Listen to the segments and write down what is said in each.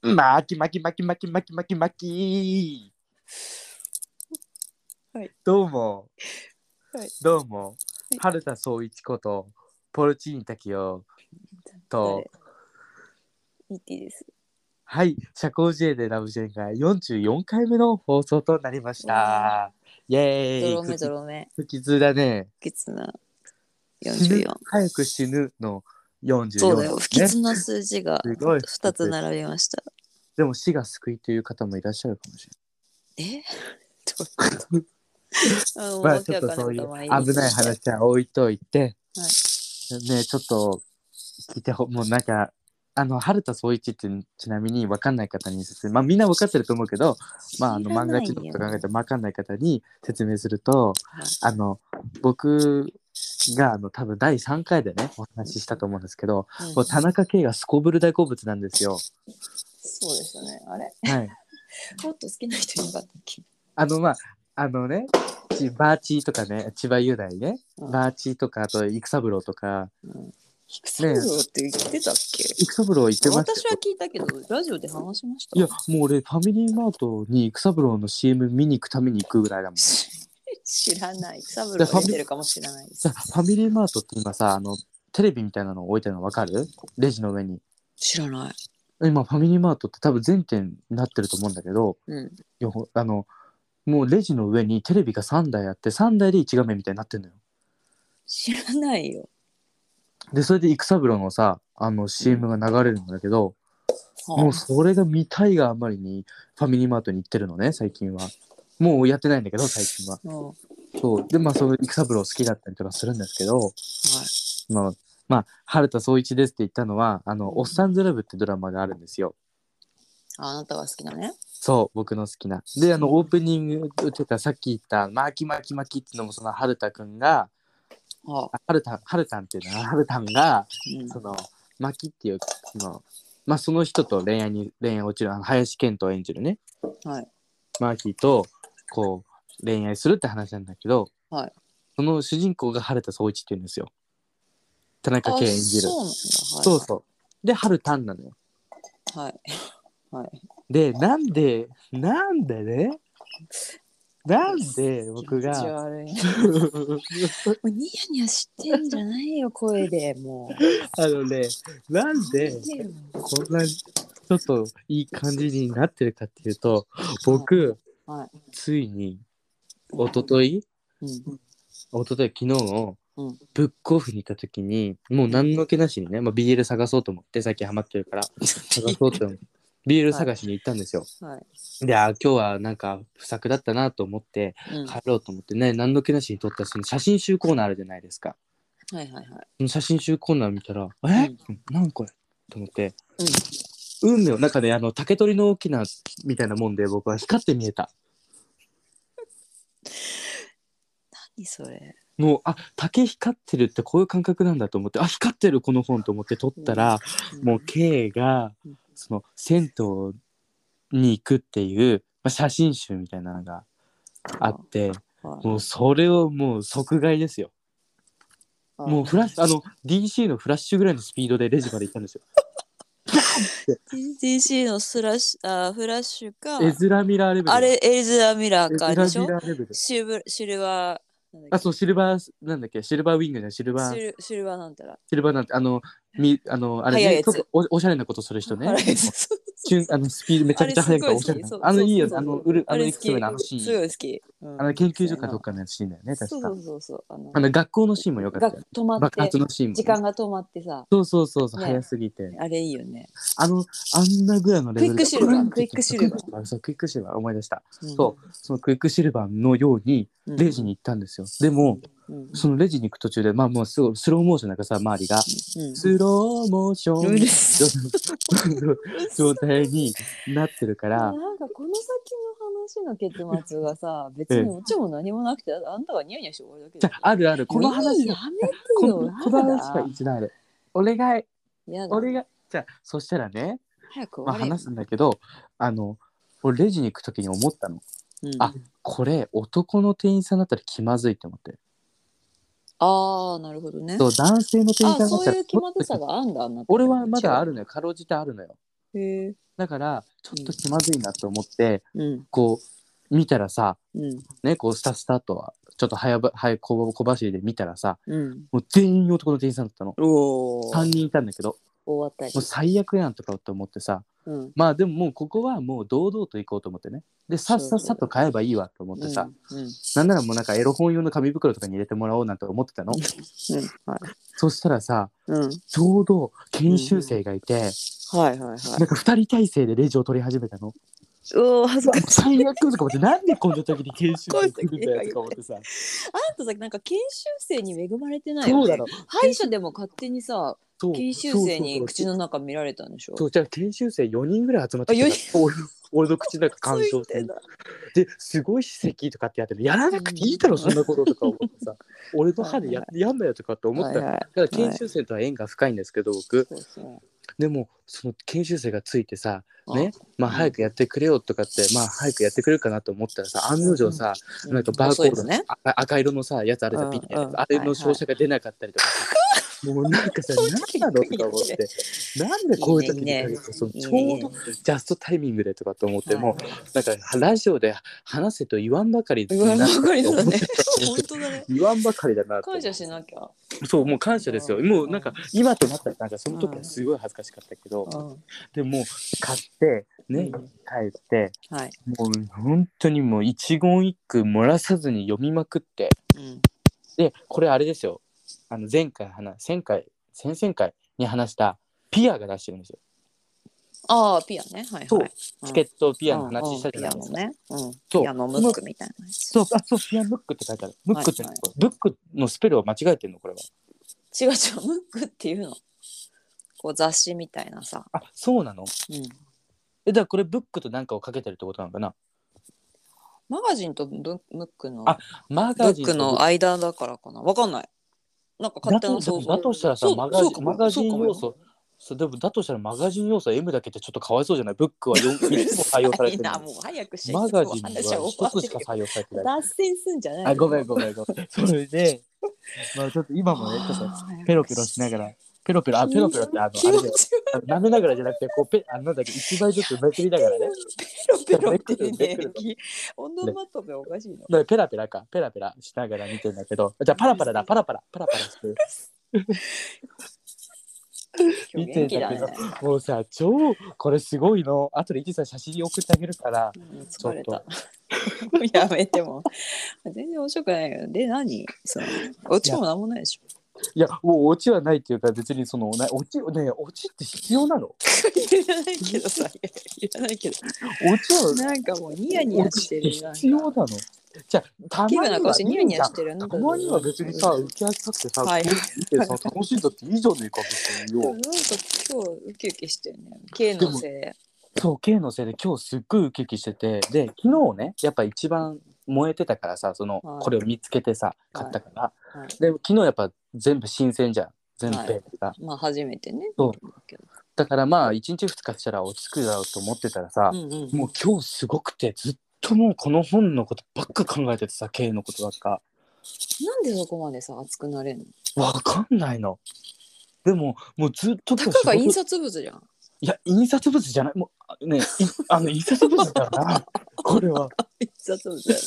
巻き巻き巻き巻き巻き巻き巻き。はい。どうも。はいどうもい。春田総一こと、ポルチーニ滝をと、ミッティです。はい、社交辞令でラブジェンが44回目の放送となりました。イェゾロー目イゾロ目。不吉だね。不吉な死ぬ44。早く死ぬの44。そうだよ。ね不吉な数字がすごい2つ並びました。でも死が救いという方もいらっしゃるかも しれない。えどういうことあもうまあわけちょわっとかんなそういかったうまあ危ないです。話は置いといて、はねちょっと聞いてほもうなんかあの春田総一ってちなみに分かんない方に説明まあみんな分かってると思うけどまああの知ら漫な画いちよょっと考えて分かんない方に説明するとはいあの僕があの多分第3回でねお話ししたと思うんですけど、うんもう田中圭がすこぶる大好物なんです よ。そうでしたね。あれはい、もっと好きな人いなかったっけあのまああのねちバーチーとかね千葉雄大ね、うんバーチーとかあと育三郎とか菊三郎って言ってたっけ育三郎行ってましたよ私は聞いたけど、ラジオで話しました。いや、もう俺ファミリーマートに育三郎の CM 見に行くために行くぐらいだ もん。知らない。サブロー出てるかもしれないですさファミリーマートって今さあのテレビみたいなの置いてるの分かるレジの上に。知らない。今ファミリーマートって多分全店になってると思うんだけどうん。よほあのもうレジの上にテレビが3台あって3台で1画面みたいになってんのよ。知らないよ。でそれで育三郎のさあの CM が流れるんだけど、はあもうそれが見たいがあまりにファミリーマートに行ってるのね最近は。もうやってないんだけど最近は。うんはそうでまあその育三郎好きだったりとかするんですけど。そのまあ春田総一ですって言ったのは「あうのんおっさんずラブ」ってドラマがあるんですよ。ああなたが好きなね。そう僕の好きな。であのオープニング打ってたさっき言った「巻き巻き巻き」っていうのもその春田くんがはああ春田春田っていうのは春田がうんその巻きっていうその,、まあ、その人と恋愛に恋愛落ちるあの林遣都演じるねはい。マーキーとこう恋愛するって話なんだけど、はいその主人公が春田総一っていうんですよ。田中圭演じる。あそうなんだ。そうそう。で、春タンなのよ。はい。はい。はい。で、なんで、なんでね、なんで僕気持ちが、悪い。もうニヤニヤしてんじゃないよ、声でもう。あのね、なん でこんなちょっといい感じになってるかっていうと、僕、はいついに、一昨日うん。一昨日昨日のうんブックオフに行った時に、もう何の気なしにね、まあ、BL 探そうと思って、さっきハマってる から、探そうと思って、BL 探しに行ったんですよ。はい。で、あ、今日はなんか不作だったなと思って、うんは帰ろうと思ってね何の気なしに撮ったその写真集コーナーあるじゃないですかいはいはい。その写真集コーナー見たら「え、なんこれ?」と思って運命の中であの竹取の大きなみたいなもんで僕は光って見えた何それ。もうあ竹光ってるってこういう感覚なんだと思ってあ光ってるこの本と思って撮ったら、んもう K がうんその銭湯に行くっていう、まあ、写真集みたいなのがあってはいもうそれをもう即買いですよもうフラッシュ、あの、DC のフラッシュぐらいのスピードでレジまで行ったんですよ。 TTC のスラッシュあフラッシュかエズラミラーレベル。あれエリザ・ミラエーズかラミでしょラーレベル。シルブシルバーなんあ、だっけそう、シルバー、なんだっけ、シルバーウィングじゃないシルバシー、ルシルバーなんたらシルバーなんて、あの、みあのあれ、速いやね、つちょっとおおしゃれなことする人ねあ。れそうチュンあのスピードめちゃくちゃ速いからあれおすしごゃい好きれなそう。あのそういいやそつ、うあの、うる、ああの、れい好くきつものあのシすごーン。い好き、うんあの、研究所かどっかのシーンだよね、そ確うそか。うそうそうあのあの、学校のシーンも良かったがよ。止まっ爆て発のシーンもね。時間が止まってさそうそうそうそう、ね早すぎて。あれいいよね、あの、あんなぐらいのレベルでクイックシルバークイックシルバー。そう、クイックシルバー、思い出した。うんそそのクイックシルバーのようにうんレジに行ったんですよ。でもうんうんそのレジに行く途中でまあもうすごいスローモーションなんかさ周りがスローモーシうるョさン状態になってるからなんかこの先の話の結末 がさ別にうちも何もなくてあんたがニヤニヤして終わりだけじどゃああるあるこのもう話やめてこよのこの話が一番ある。お願いやだお願いじゃあそしたらね、早く終まわあ、れよ話すんだけどあの俺レジに行く時に思ったのうんあこれ男の店員さんだったら気まずいと思ってああなるほどねそう男性の店員さあんだっそうたらいう気まずさがあんだあんな俺はまだあるのよかろうじてあるのよへえ。だからちょっと気まずいなと思って、うん。こう見たらさうん。ねこうスタスタとはちょっと早ば早小小走りで見たらさうん。もう全員男の店員さんだったのおお。 3人いたんだけど終わったりもう。最悪やんとかと思ってさうん。まあでももうここはもう堂々と行こうと思ってねでさっさっさと買えばいいわと思ってさ、うん。うん。なんならもうなんかエロ本用の紙袋とかに入れてもらおうなんて思ってたのうんはい。そしたらさうん。ちょうど研修生がいて、はいはい なは。いんか2人体制でレジを取り始めたの。おお、恥ずかしい。最悪とか思って、なんでこんな時に研修生来るんだよとか思ってさ。あんたさ、なんか研修生に恵まれてないよ、ね。そうだろ。歯医者でも勝手にさ、そう研修生に口の中見られたんでしょそうそうそうそう、じゃあ研修生4人ぐらい集まってきあて四た俺の俺の口の中鑑賞しついてて。たで、すごい歯石とかってやってる。やらなくていいだろ、そんなこととか思って さ。俺の歯でややんなよとかって思ったの。はいはいだから研修生とは縁が深いんですけど、僕。そうそうでも、その研修生がついてさ、あね、まあうん早くやってくれよとかって、まあ早くやってくれるかなと思ったらさ、案の定さ、うんなんかバーコード細いのやつね。あ赤色のさやつあるじゃん、うんピッてやるやつうんあれの照射が出なかったりとかさ、もうなんかさ そう何なのとか思ってなんでこういう時に限ってそのいいちねいょいうねどジャストタイミングでとかと思って、もはいうなんかラジオで話せと言わんばかり言わんばか りだね思っ本て当だね。言わんばかりだなと思感って謝しなきゃ。そうもう感謝ですよ、うんもうなんか今となったらなんかその時はすごい恥ずかしかったけど、うんでも買ってね、うん帰ってはい。もう本当にもう一言一句漏らさずに読みまくってうん。でこれあれですよあの前回話前回先々回に話したピアが出してるんですよ、ああ、ピアね。はいはい。チケットピピアの話したじゃないですか、ね。うん。そうピアノムックみたいなやつ。そうあそうピアムックって書いてあるムックって、はいムックのスペルを間違えてるのこれは違う違う、ムックっていうの。こう雑誌みたいなさ。あそうなのうん。えだからこれブックとなんかをかけてるってことなのかなマガジンとブムックの。あマブガジッンクとの間だからかな。わかんない。なんか勝だ手となだと想だ像。としたらさそうマガジそうかンもマガジンそうかも要素そうでもだとしたらマガジン要素は M だけってちょっとかわいそうじゃないブックは 4, 3つも採用されてうるるさいなのにもう早くしマガジンは話は終1わつってしかる採用されてない脱線すんじゃないあごめんごめんごめん。それで、まあちょっと今もね、ちょっとペロペロしなが ら、ペロペロ、あ、ペロペロってあの、あ気れ持だよちあの舐めながらじゃなくて、こう、ペ、あのなんだっけ、一枚ずつめくりながらね。悪いペロペロってペロペねロオンドマットでおかしいのだからペラペラか、ペラペラしながら見てんだけど、じゃあパラパラだ、パラパラ、パラパラしてる。今見日て元んだ気だけねど、もうさ、超、これすごいの。後でいちさん写真送ってあげるから、うんちょ疲っれとたやめて も全然面白くないよで何そのオチもなんもないでしょいや、もうオチはないっていうか、別にその、なオチ、ねえオチって必要なのオいらないけどさいらないけどチは、なんかもうニヤニヤしてるなんか必要なのじゃあ、た気ま分なに顔はしていいニじヤゃんニヤしてるたまには別にさ、浮き足立ってさ、はいこう見てさ、楽しんだっていいじゃねえか、別にでもよな。んか今日ウキウキしてるね。K のせいで。そう、K のせいで今日すっごいウキウキしてて、で、昨日ね、やっぱ一番燃えてたからさ、その、はいこれを見つけてさ、買ったから。いはいで、昨日やっぱ全部新鮮じゃん、全部はいペーが。まあ初めてね。そうけどだからまあ、1日2日したら落ち着くだろうと思ってたらさ、うんうんもう今日すごくて、ずっともうこの本のことばっか考えててさ、K のことばっか。なんでそこまでさ熱くな れんのわかんないの。でも、もうずっとたかが印事刷物じゃん。いや、印刷物じゃない。もう、ね、いあの、印刷物だ な。これは。印刷物だよ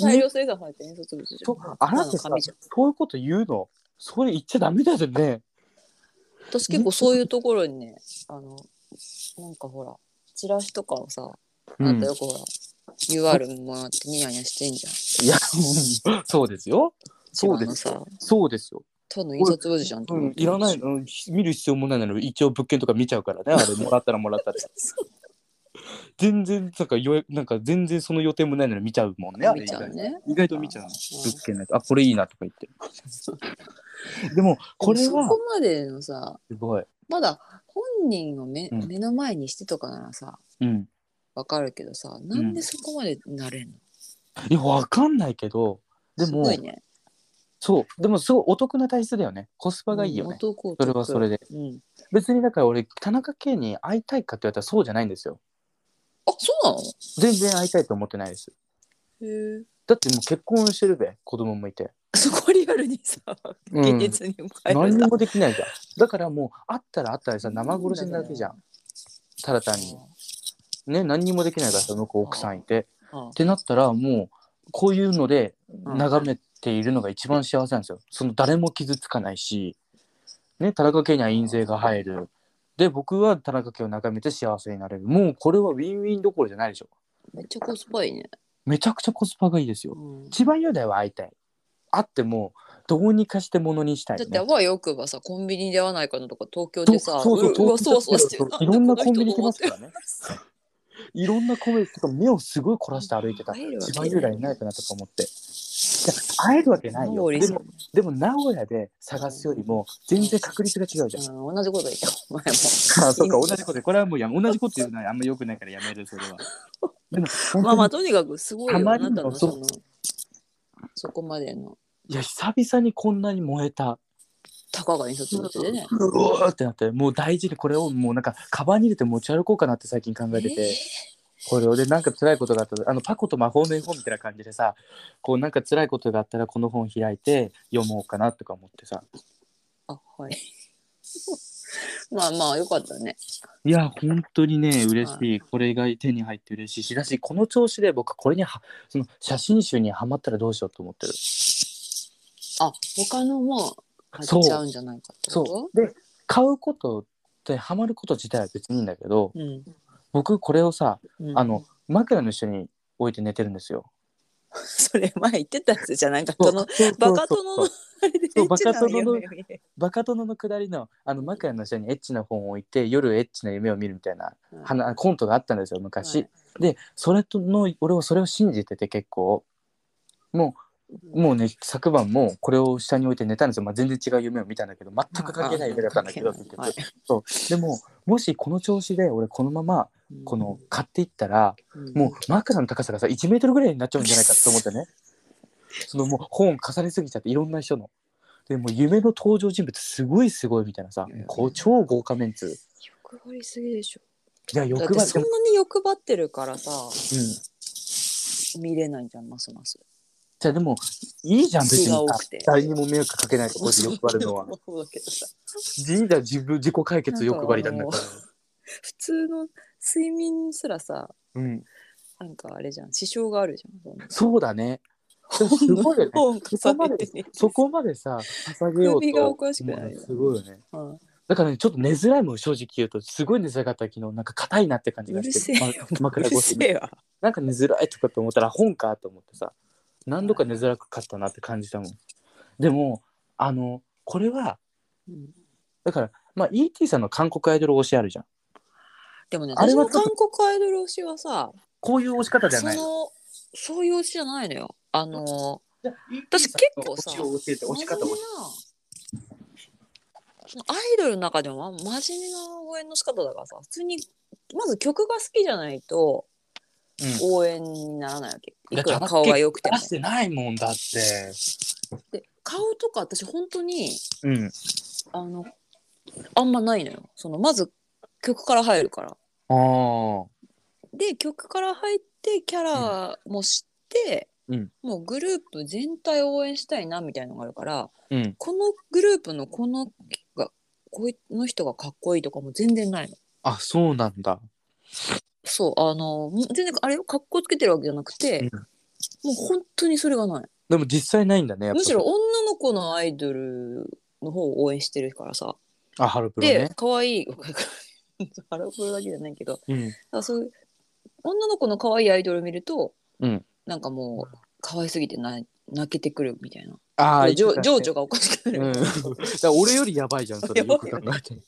な。大量生産されて印刷物じゃそんう。あなたたさだの紙じゃん、そういうこと言うの。それ言っちゃダメだよね。私結構そういうところにね、あの、なんかほら、チラシとかをさ、あんたよくほら、UR もらってニヤニヤしてんじゃん。いや、うん そうですよ。そうで一番のすさよ。。そうですよ。ただの印刷物じゃんとう思っん、ているらない、うん、見る必要もないなら一応物件とか見ちゃうから ねあれもらったらもらったで全然なんかよえなんか全然その予定もないなら見ちゃうもんねあれ見ちゃうね。意外と意外と見ちゃうのうん物件なんかあこれいいなとか言 ってでもこれでもはそこまでのさ、すごい、まだ本人を目,、うん目の前にしてとかならさうん、わかるけどさなんでそこまでなれんの、いや、わかんないけど、ですも、ごいねそう、でもすごいお得な体質だよね。コスパがいいよね。元をそれはそれで。うん、別にだから俺、田中圭に会いたいかって言われたらそうじゃないんですよ。あそうなの全然会いたいと思ってないです。へえだってもう結婚してるべ、子供もいて。 そこリアルにさうん現実に変えられ何た、もできないじゃん。だからもう、会ったら会ったらさ、生殺しになるわけじゃん。ただ単にね何にもできないからさ向こう奥さんいてうんってなったらもうこういうのでうん眺めているのが一番幸せなんですよ。その誰も傷つかないし、ね、田中家には印税が入る。で僕は田中家を眺めて幸せになれる。もうこれはウィンウィンどころじゃないでしょ。めっちゃコスパいいね。めちゃくちゃコスパがいいですよ。うん千葉雄大は会いたい。会ってもどうにかしてものにしたい、だね。ってあわよくばさコンビニで会わないかなとか東京でさそうそううわそそうわそわうしてそういろんなコンビニ行きますからね。いろんなコンビニとか目をすごい凝らして歩いてた。会えるわけ千葉雄大いないかなとか思って。いや会えるわけないよ。でもでも名古屋で探すよりも全然確率が違うじゃん。うん、同じこと言ったお前もあそうか同じことでこれはもうやめ同じこと言うのはあんま良くないからやめるそ れは。でも本当にまあまあとにかくすごいたよまあにもなたのそそのそこまでのいや久々にこんなに燃えた。たかが印刷物でねうわーってなってもう大事にこれをもうなんかカバンに入れて持ち歩こうかなって最近考えてて。えーこれをでなんか辛いことがあったらあのパコと魔法の絵本みたいな感じでさこうなんか辛いことがあったらこの本開いて読もうかなとか思ってさあはい まあまあよかったねいや本当にね嬉しいこれが手に入って嬉しいしだしこの調子で僕これにはその写真集にはまったらどうしようと思ってるあ他のも買っちゃうんじゃないかってことそうで買うことってハマること自体は別にいいんだけどうん僕これをさうん、あの枕の一緒に置いて寝てるんですよ。それ前言ってたやつじゃんないかこ そうのそうバカ殿そうのあれで言ってたのそうよババカ殿の下りのあの枕の下にエッチな本を置いて夜エッチな夢を見るみたいなうんはなコントがあったんですよ昔、はいでそれとの俺はそれを信じてて結構もうもうね昨晩もこれを下に置いて寝たんですよ、まあ、全然違う夢を見たんだけど全く関係ない夢だったんだけど関係結ないはい局でももしこの調子で俺このままこの買っていったら、うんもう枕の高さがさ1メートルぐらいになっちゃうんじゃないかと思ってねそのもう本重ねすぎちゃっていろんな人の。でもう夢の登場人物すごいすごいみたいなさ、こう超豪華メンツ欲張りすぎでしょいやだっ欲て張りそんなに欲張ってるからさうん見れないじゃんますますじゃあでもいいじゃん別気にが多くて誰にも迷惑かけないところで欲張るのはそうだけどさいいじゃん自分自己解決欲張りなんだから普通の睡眠すらさうんなんかあれじゃん支障があるじゃんそうだねでもすごいよね本そこ重まねでてねそこまでさ捧げようと首がおかしくないすごいよねうんだからねちょっと寝づらいもん正直言うとすごい寝づらかった昨日なんか硬いなって感じがしてうるせえま 枕うる越しせにえわなんか寝づらいとかと思ったら本かと思ってさ何度か寝づらかったなって感じたもんでもあのこれはうんだからまあ ET さんの韓国アイドル推しあるじゃんでもねあれ私はちのょっ韓と国アイドル推しはさこういう押し方じゃそないの。のそういう推しじゃないのよあの私結構さ推しを教えて押し方を真面目なそのアイドルの中でもま真面目な応援の仕方だからさ普通にまず曲が好きじゃないとうん応援にならないわけ、うんいくら顔が良くても出してないもんだって。で顔とか私本当にうん。あのあんまないのよそのまず曲から入るからああ。で曲から入ってキャラも知って、うんもうグループ全体を応援したいなみたいなのがあるからうん。このグループのこのがこの人がかっこいいとかも全然ないの。あ、そうなんだ。そうあのもう全然あれをかっこつけてるわけじゃなくて、うんもう本当にそれがないでも実際ないんだね。やっぱむしろ。女の子のアイドルの方を応援してるからさ、あ、ハロプロでね。可愛い ハロプロだけじゃないけどうん。だからそういう女の子の可愛いアイドル見ると、うんなんかもう可愛すぎてな泣けてくるみたいな、ああ、情言ってたね情緒。がおかしくなる、うん。だ から俺よりやばいじゃん、それ。やばよいく考えて。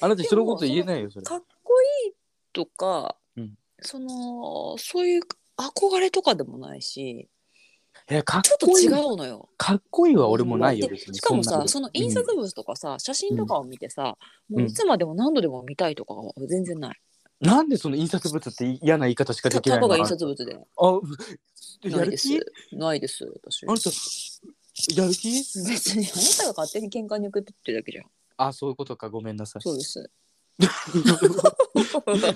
あなた人のこと言えないよ、それ。かっこいいとか、うんそのそういう憧れとかでもないしえ、かっちょっとこい違い。うのよ。かっこいいは俺もないよ、で別に。しかもさんなそことの印刷物とかさ、写真とかを見てさ、うもんういつまでも何度でも見たいとかは全然なうい。んなんでその印刷物って嫌な言い方しかたできなたいかのがあ印刷物でなやいるです気。ないです私あ。なた、やる気別にあなたが勝手に喧嘩に送ってってるだけじゃん。あ、そういうことか、ごめんなさい。そう です。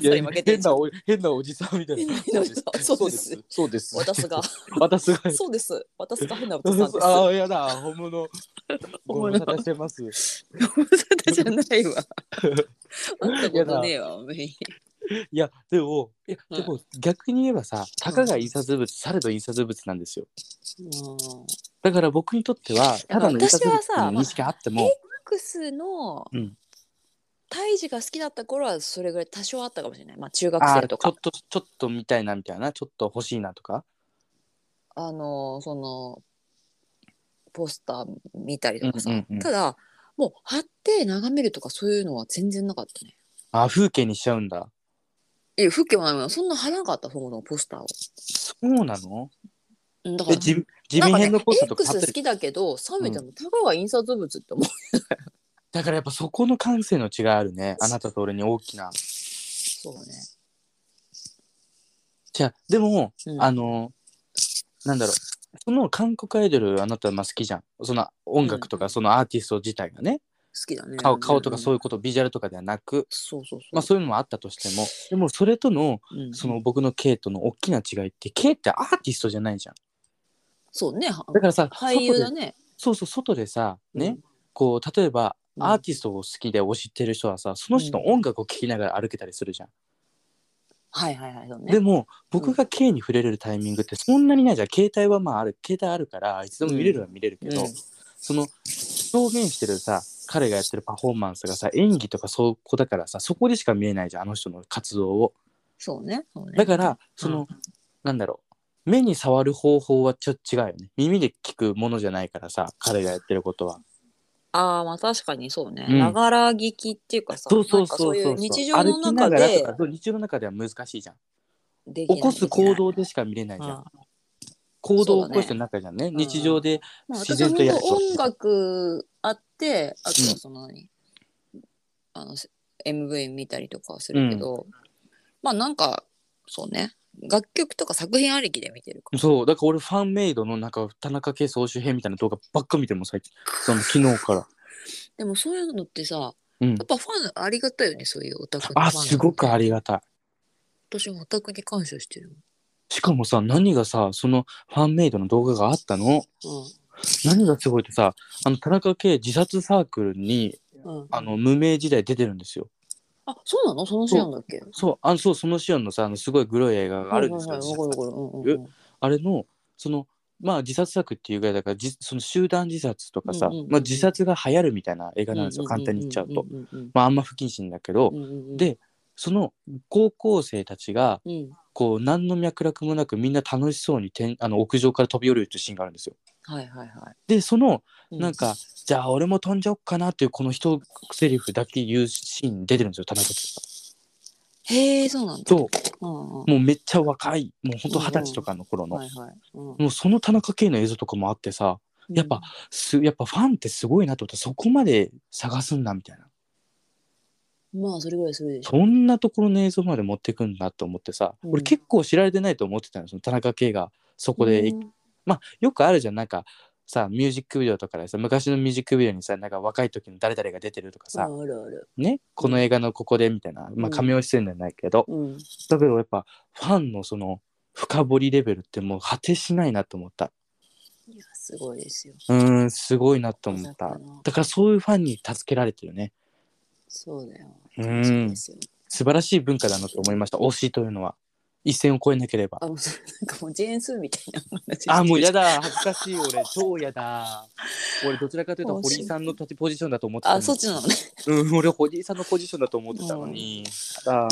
いや今負けて変んじゃなんお変なおじさんみたいな。変なおじさんそうです。そうです。私が。私が。そうです。私が変なおじさんで す。ああ、やだ、本物。 本物ご無沙汰してます。 ご無沙汰じゃないわ。あんたことねえわ、おめえいやでもいやうんでも逆に言えばさたかが印刷物されど印刷物なんですようんだから僕にとってはただの印刷物私はさっていう認識があってまあもマックスのうん胎児が好きだった頃はそれぐらい多少あったかもしれない、まあ、中学あ生ーちとょっかとちょっと見たいなみたいなちょっと欲しいなとかあのそのポスター見たりとかさ、うんうんうんただもう貼って眺めるとかそういうのは全然なかったねあー風景にしちゃうんだいや風景もないもんそんな貼らなかったそこのポスターをそうなのうんだかえら地味地な味んかね編のポスターとか貼って X 好る、きだけど冷めてもたかが印刷物って思う、だからやっぱそこの感性の違いあるねあなたと俺に大きなそうね、じゃあでも、うんあのなんだろうその韓国アイドルあなたまあ好きじゃんその音楽とうかそのアーティスト自体がね、好きだね顔顔とかそういいうんうこと、ビジュアルとかではなく、そうそうそう、まあ、そういうのもあったとしてもでもそれとのうんその僕の K との大きな違いって K ってアーティストじゃないじゃんそうねはだからさ俳優だ外でねそうそう外でさね、うんこう例えばうんアーティストを好きで推してる人はさその人の音楽を聴きながら歩けたりするじゃん、はいはいはいそうねでも僕が K に触れれるタイミングってそんなにないじゃん携帯はまあある携帯あるからいつでも見れるは見れるけど、うんその表現してるさ彼がやってるパフォーマンスがさ演技とかそこだからさそこでしか見えないじゃんあの人の活動をそうねそうねだからその、なんだろう目に触る方法はちょっと違うよね耳で聞くものじゃないからさ彼がやってることはああまあ確かにそうねうんながら聞きっていうかさそうそなんうかそういそうう日常の歩きな中がらとでかそう日常の中では難しいじゃんできない起こす行動でししか見れないじゃん、ま行動を起こしてる中じゃんねん日常であ、自私は然本とやる当音楽あってあとはその何、あの MV 見たりとかはするけど、まあなんかそうね楽曲とか作品ありきで見てるからそうだから俺ファンメイドのなんか田中圭総集編みたいな動画ばっか見てるもん最近その昨日からでもそういうのってさや うんっぱファンありがたいよねそういうオタクのファンあすごくありがたい私もオタクに感謝してるもんしかもさ何がさそのファンメイドの動画があったの何がすごいってさあの田中圭自殺サークルにうんうん、あの無名時代出てるんですよあそうなのそのシーンだっけそうあそうそのシオンのさあのすごいグロい映画があるんですはよいはいはいわかるわかるうんうんうんあれのそのまあ自殺作っていうぐらいだからじその集団自殺とかさ、うんうんうんうんまあ、自殺が流行るみたいな映画なんですよ簡単に言っちゃうと、んんんまああんま不謹慎だけど、うんうんうん、でその高校生たちがうん、こう何の脈絡もなくみんな楽しそうにてんあの屋上から飛び降りるっていうシーンがあるんですよ。はいはいはでそのい。なんか、じゃあ俺も飛んじゃおっかなっていうこの一セリフだけ言うシーン出てるんですよ田中圭さん。うん、へえ、そうなんだ。そうんうんうもうめっちゃ若いもうほんと二十歳とかの頃の、はいはいうんもうその田中圭の映像とかもあってさ、やっぱすやっぱファンってすごいなと思ったそこまで探すんだみたいなうんまあそれぐらいするでしょ。そんなところの映像まで持ってくんだと思ってさ、うん俺結構知られてないと思ってたのその田中圭がそこで、うんまあよくあるじゃんなんかさミュージックビデオとかでさ昔のミュージックビデオにさなんか若い時の誰々が出てるとかあさ、あるある。ねこの映画のここでみたいなまうあん亀尾出演じゃないけど、うん。だけどやっぱファンのその深掘りレベルってもう果てしないなと思ったいやすごいですよ。うーんすごいなと思っまたさかのだからそういうファンに助けられてるねそうだよ。うんそうですよ。素晴らしい文化だなと思いました推しというのは一線を越えなければあのそれなんかもう ジェーンスーみたいな話。あもうや。だ恥ずかしい俺超やだ俺どちらかというと 推し堀井さんの立ちポジションだと思ってたのあそっちなのね。 うん俺堀井さんのポジションだと思ってたのに、あ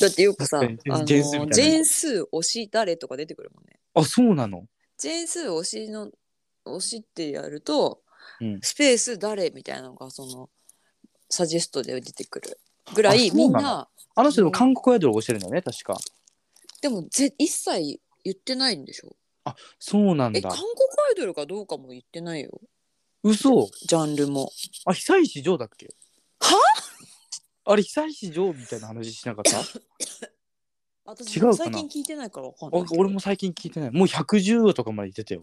だってよくさ、あ確かのにジジェェーーンスーみたいなンスー推し誰とか出てくるもんね。あそうなのジェーンスー推しの推しってやると、うんスペース誰みたいなのがそのサジェストで出てくるぐらいあそみうんなのなあの人でも韓国アイドルを推してるんだよね確かでもぜ一切言ってないんでしょそうなんえ韓だ国アイドルかどうかも言ってないよ嘘ジャンルもあ久石譲だっけはあれ久石譲みたいな話しなかったあ私違うかな最近聞いてないからわかんないけど俺も最近聞いてないもう110話とかまで言ってたよ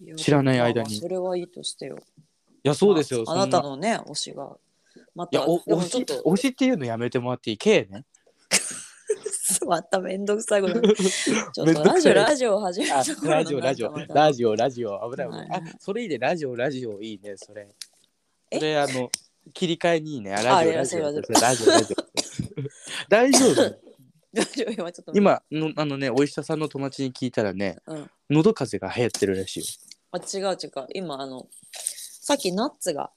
いや知らない間にまあまあそれはいいとしてよいやそうですよあそんあなたのね推しがまいたやおでも推ちょっしと推しっていうのやめてもらっていい K ね まためんどくさ いことちょっめんどとくさいラジオラジオ 始めあたところラジオラジオなんかまたラジオラジオ危ない危ない、はいあそれいいねラジオラジオいいねそれえそれあの切り替えにいいねあラあジいオやラジオそうラジオラジオ 大丈夫。大丈夫今ちょっと今のあのねお医者さんの友達に聞いたらね、うん喉風邪が流行ってるらしいよあ違う違う今あのさっきナッツが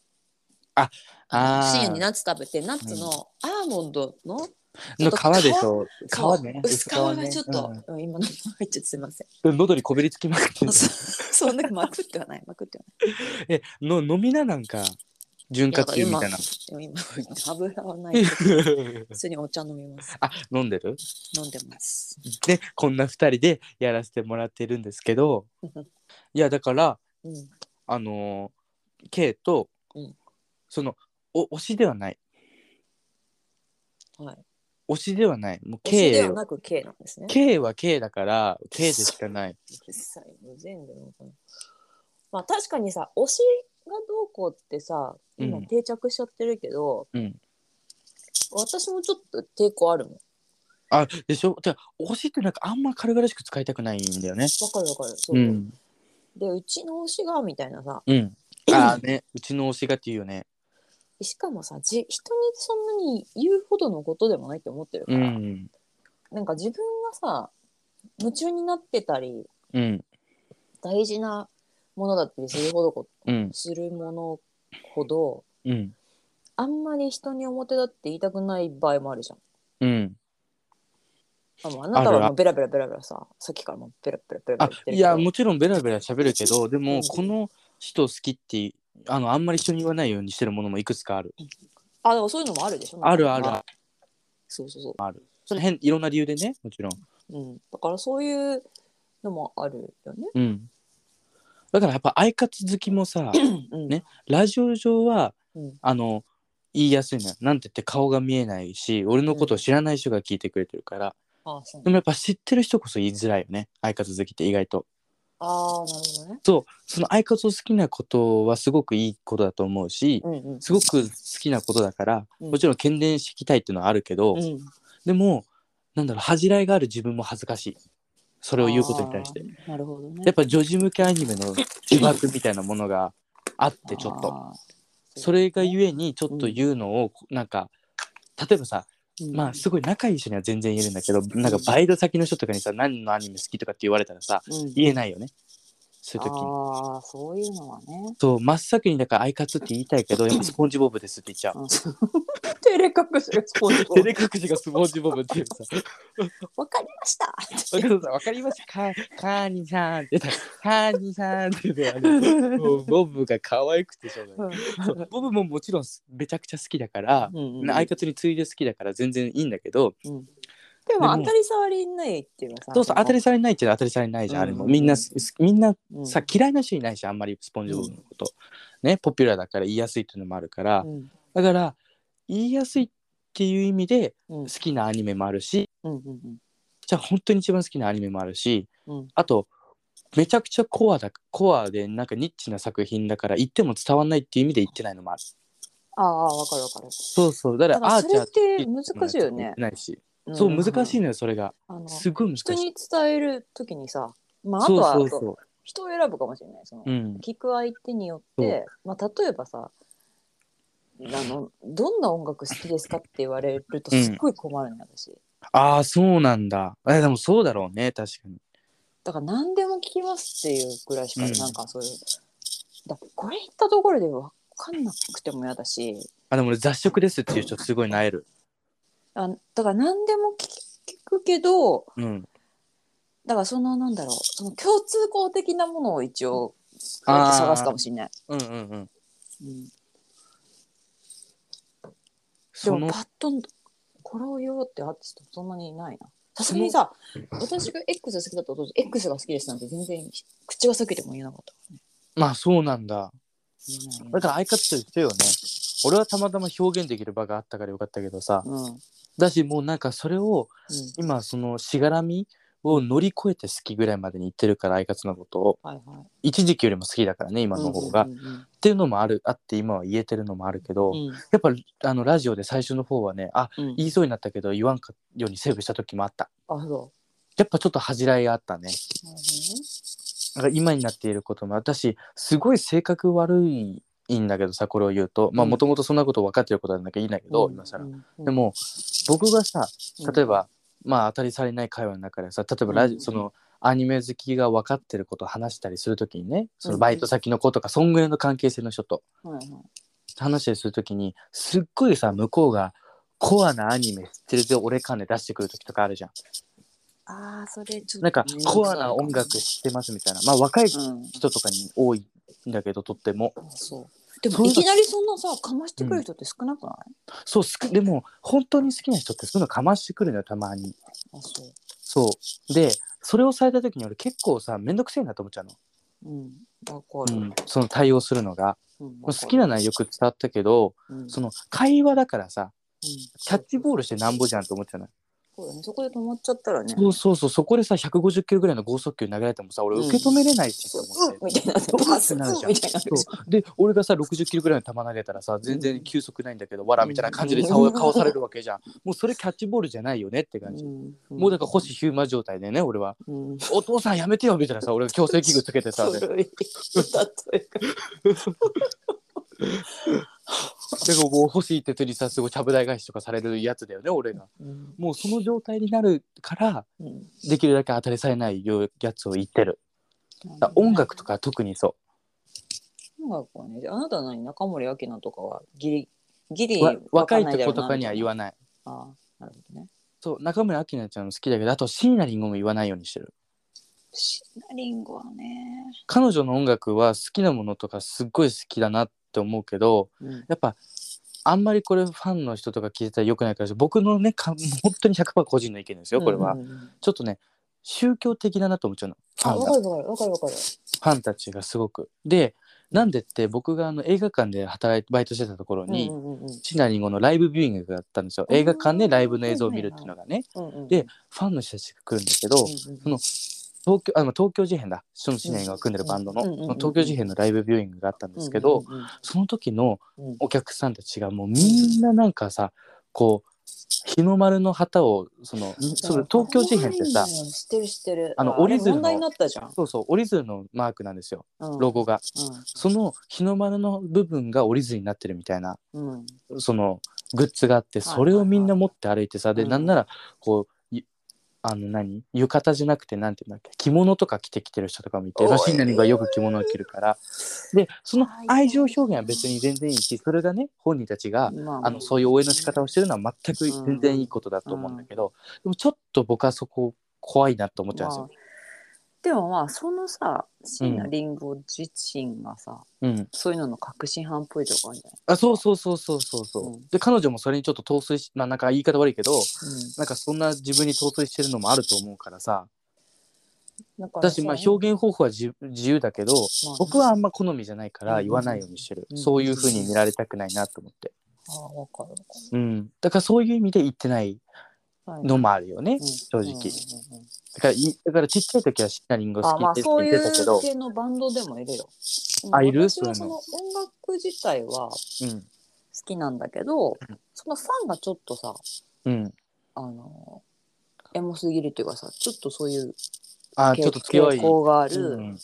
あー深夜にナッツ食べてナッツのアーモンドのの皮でしょ皮皮ね薄皮ねがちょっとうん、うん今の入っちゃってすいませんうん喉にこびりつきまくってる そそんなまくってはないまくってはえの飲みななんか 潤滑油みたいなないでも今油は ないけど普通にお茶飲みますあ飲んでる飲んでますでこんな2人でやらせてもらってるんですけどいやだからうんあのー、K と、うんそのお推しではないはい推しではないもう推しで K はなく K なんですね K は K だから K でしかない実際もう全部なのかなまあ確かにさ推しがどうこうってさ今うん定着しちゃってるけど、うん私もちょっと抵抗あるもんあでしょじゃ推しってなんかあんま軽々しく使いたくないんだよねわかるわかるそうう、んでうちの推しがみたいなさうんああねうちの推しがっていうよねしかもさじ人にそんなに言うほどのことでもないって思ってるかうら、んなんか自分がさ夢中になってたりうん大事なものだったりするほどこうんするものほどうんあんまり人に表立って言いたくない場合もあるじゃんうんあもうあなたはあもうベラベラベラベラささっきからもうベラベラベラあベラ言ってるいけどやもちろんベラベラ喋るけどでうもんこの人好きってあのあんまり人に言わないようにしてるものもいくつかあるあでもそういうのもあるでしょあるあるなんかそうそうそうその辺いろんな理由でねもちろんうんだからそういうのもあるよねうんだからやっぱアイカツ好きも さうんねラジオ上は、うんあの言いやすいのよなんて言って顔が見えないし俺のことを知らない人が聞いてくれてるから、あそうでもやっぱ知ってる人こそ言いづらいよね相方好きって意外とあーなるほどねその相方を好きなことはすごくいいことだと思うし、うんうんすごく好きなことだから、うんもちろん喧伝していきたいっていうのはあるけど、うん、でもなんだろう恥じらいがある自分も恥ずかしいそれを言うことに対してなるほどねやっぱ女児向けアニメの呪縛みたいなものがあってちょっとあーそれがゆえにちょっと言うのを、なんか例えばさうんまあすごい仲いい人には全然言えるんだけどなんかバイト先の人とかにさ何のアニメ好きとかって言われたらさうん言えないよねそういう時にああそういうのはねそう真っ先にだから「アイカツ」って言いたいけどやっぱスポンジボブですって言っちゃううん照れ隠しがスポンジボ照ブれ隠しがスポンジボブっていうさわかりました「わかるわかりますかカーニさん」って言ったら「カーニさん」って言ってあのも うボブが可愛くてしょうがないそう ボブももちろんめちゃくちゃ好きだからうんうん相方に次いで好きだから全然いいんだけど、でもでも当たり障りないっていうかさそうそう当たり障障りないっちゃ当たり障りないじゃん、うんうんあれもみんなすみんなりさ、嫌いな人いないしあんまりスポンジボブのこと、ねポピュラーだから言いやすいっていうのもあるから、うんだから言いやすいっていう意味でうん好きなアニメもあるしうんうんじゃあ本当に一番好きなアニメもあるしうんうんあとめちゃくちゃコアだコアでなんかニッチな作品だから言っても伝わんないっていう意味で言ってないのもあるああわかるわかるそうそうだからだからあーそちれゃんって難しいよねないし、そう難しいねのよそれがあのすごい難しい人に伝えるときにさまああとそうはそうあとそ人を選ぶかもしれないそのううん聞く相手によってまあ例えばさあのどんな音楽好きですかって言われるとうんすっごい困るんだ私ああそうなんだえでもそうだろうね確かにだから何でも聞きますっていうぐらいしかうんなんかそういうだこれ言ったところで分かんなくても嫌だしあでも俺雑食ですっていう人すごいなえるあだから何でも聞き聞くけどうんだからそのなんだろうその共通項的なものを一応あー探すかもしれない、うんうんうんうん、でそものパッとこれを言おうってアーティストそんなにいないなさすがにさ私が X が好きだった弟 X が好きですなんて全然口が裂けても言えなかったまあそうなんだ言えない言えなだいから相方と一緒よね俺はたまたま表現できる場があったからよかったけどさうんうんだしもうなんかそれを今そのしがらみを乗り越えて好きぐらいまでに行ってるから相方のことをはいはい一時期よりも好きだからね今の方が、うんうんうんっていうのもあるあって今は言えてるのもあるけど、うんうんやっぱあのラジオで最初の方はねあうん言いそうになったけど言わんかようにセーブした時もあったあそやっぱちょっと恥じらいがあったねうなるほどねだから今になっていることもあったしすごい性格悪いいいんだけどさこれを言うとまあうんもともとそんなこと分かってることなんだけどいいんだけど、今更、でも僕がさ例えば、まあ当たり障りない会話の中でさ例えばラジ、うんそのアニメ好きが分かってることを話したりするときにねそのうんバイト先の子とかそんぐらいの関係性の人とうん、はいはい話したりするときにすっごいさ向こうがコアなアニメ知ってるぜ俺感で出してくるときとかあるじゃんああそれちょっとなんか面倒くコさアいかな音楽知ってますみたいなまあ若いうん人とかに多いんだけどとってもそうでそもうだいきなりそんなさかましてくる人って少なくない、そうすくでも本当に好きな人ってそういうのかましてくるのよたまにあそうそうでそれをされた時に俺結構さめんどくせえなと思っちゃうの、うんわかる、うんその対応するのがうん好きな、のはよく伝わったけどわかるうん、その会話だからさうんキャッチボールしてなんぼじゃんと思ってたのそうだねそこで止まっちゃったらねそうそうそうそこでさ150キロぐらいの剛速球投げられてもさ俺うん受け止めれないしとそ思っうてうっみたいなうパっスてうっなるじゃんみたいなそうで俺がさ60キロぐらいの球投げたらさ全然球速ないんだけど、わらみたいな感じで顔,、うん顔されるわけじゃんもうそれキャッチボールじゃないよねって感じ、んもうだから星ヒューマ状態でね俺はら、うん、 「お父さんやめてよ」みたいなさ俺が強制器具つけてさでだか古い例えらもう星行って手にさすごいちゃぶ台返しとかされるやつだよね俺がが、うんもうその状態になるからできるだけ当たりされないようやつを言ってるだから音楽とか特にそ音楽はねあなたは何中森明菜とかはギリギリうわ若いわかん子なだろうとなかには言わないああなるほどねそう中村明菜ちゃんの好きだけどあと椎名林檎も言わないようにしてるシナリンゴはね、彼女の音楽は好きなものとかすっごい好きだなって思うけどうん、やっぱあんまりこれファンの人とか聞いてたらよくないから僕のねか本当に100%個人の意見ですよこれは、うんうんうんちょっとね宗教的だなと思っちゃうのフあァンがわかるわかるわかるわかるファンたちがすごくでなんでって僕があの映画館で働いてバイトしてたところに、うんうんうんうんシナリンゴのライブビューイングがあったんですよ映画館でライブの映像を見るっていうのがねうんうん、でファンの人たちが来るんだけど、そその東京あの東京事変だそのシナリンゴが組んでるバンドの,、うんうんうんうん東京事変のライブビューイングがあったんですけど、、うんうんその時のうんお客さんたちがもうみんななんかさこう日の丸の旗をそのその東京事変ってさ怖いのよ知ってる知ってる。あのれ折り鶴の問題になったじゃん。そうそう折り鶴のマークなんですようんロゴが。うその日の丸の部分が折り鶴になってるみたいなんうんそのグッズがあってはいそれをみんな持って歩いてさいはでいなんならこういあの何浴衣じゃなくてなんていうんだっけ着物とか着てきてる人とかもいておいまあシンナリングはよく着物を着るからでその愛情表現は別に全然いいしそれがね本人たちがまあのそういう応援の仕方をしてるのは全く全然いいことだと思うんだけど、でもちょっと僕はそこ怖いなと思っちゃうんですよ。まあでもまあそのさ椎名林檎自身がさ、うん、そういうのの確信犯っぽいとこあるんじゃないあそうそうそうそうそうそう、うんで彼女もそれにちょっと陶酔し、まあ、なんか言い方悪いけどなんかそんな自分に陶酔してるのもあると思うからさだかだらしさまあ表現方法は自自由だけどまあ僕はあんま好みじゃないかうんらうん言わないようにしてる、うんそういうふうに見られたくないなと思って、ああわかるわかうん、だからそういう意味で言ってないるはいのもあるよね、うん正直うんうんうんだからいだからちっちゃい時はシナリングあ好きまあってそう言いってたけどう、系のバンドでもいるよ。あいる私はそそういうのの音楽自体は好きなんだけど、そのファンがちょっとさうんうんあのエモすぎるっていうかさちょっとそういうあ傾ちょっと強い。傾向がある、うん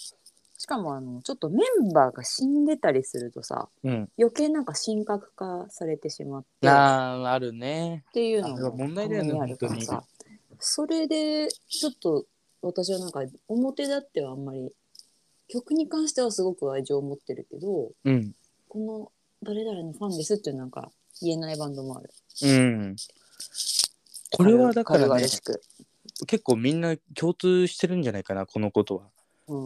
しかもあのちょっとメンバーが死んでたりするとさうん、余計なんか神格化されてしまってっあーあるね。ていうのあれはも問題だよねたまにあるから本さそれでちょっと私はなんか表立ってはあんまり曲に関してはすごく愛情を持ってるけどうん。この誰々のファンですっていうなんか言えないバンドもある。うん。これはだから軽々ね、しく結構みんな共通してるんじゃないかな、このことは。うん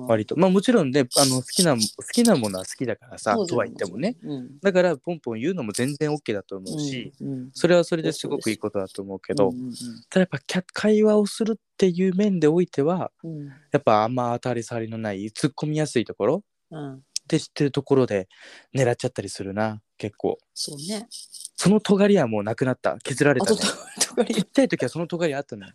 割と。まあもちろんね、あの好きな、好きなものは好きだからさ、そうだとよは言ってもね。。うんだから、ポンポン言うのも全然 OK だと思うし、うんうんそれはそれですごくいいことだと思うけど、うんうんただやっぱキャ会話をするっていう面でおいては、うんやっぱあんま当たり障りのない、突っ込みやすいところうんうんで知ってるところで狙っちゃったりするな、結構。そうね。その尖りはもうなくなった。削られあたとねと。とかちっちゃい時はその尖りあったのよ。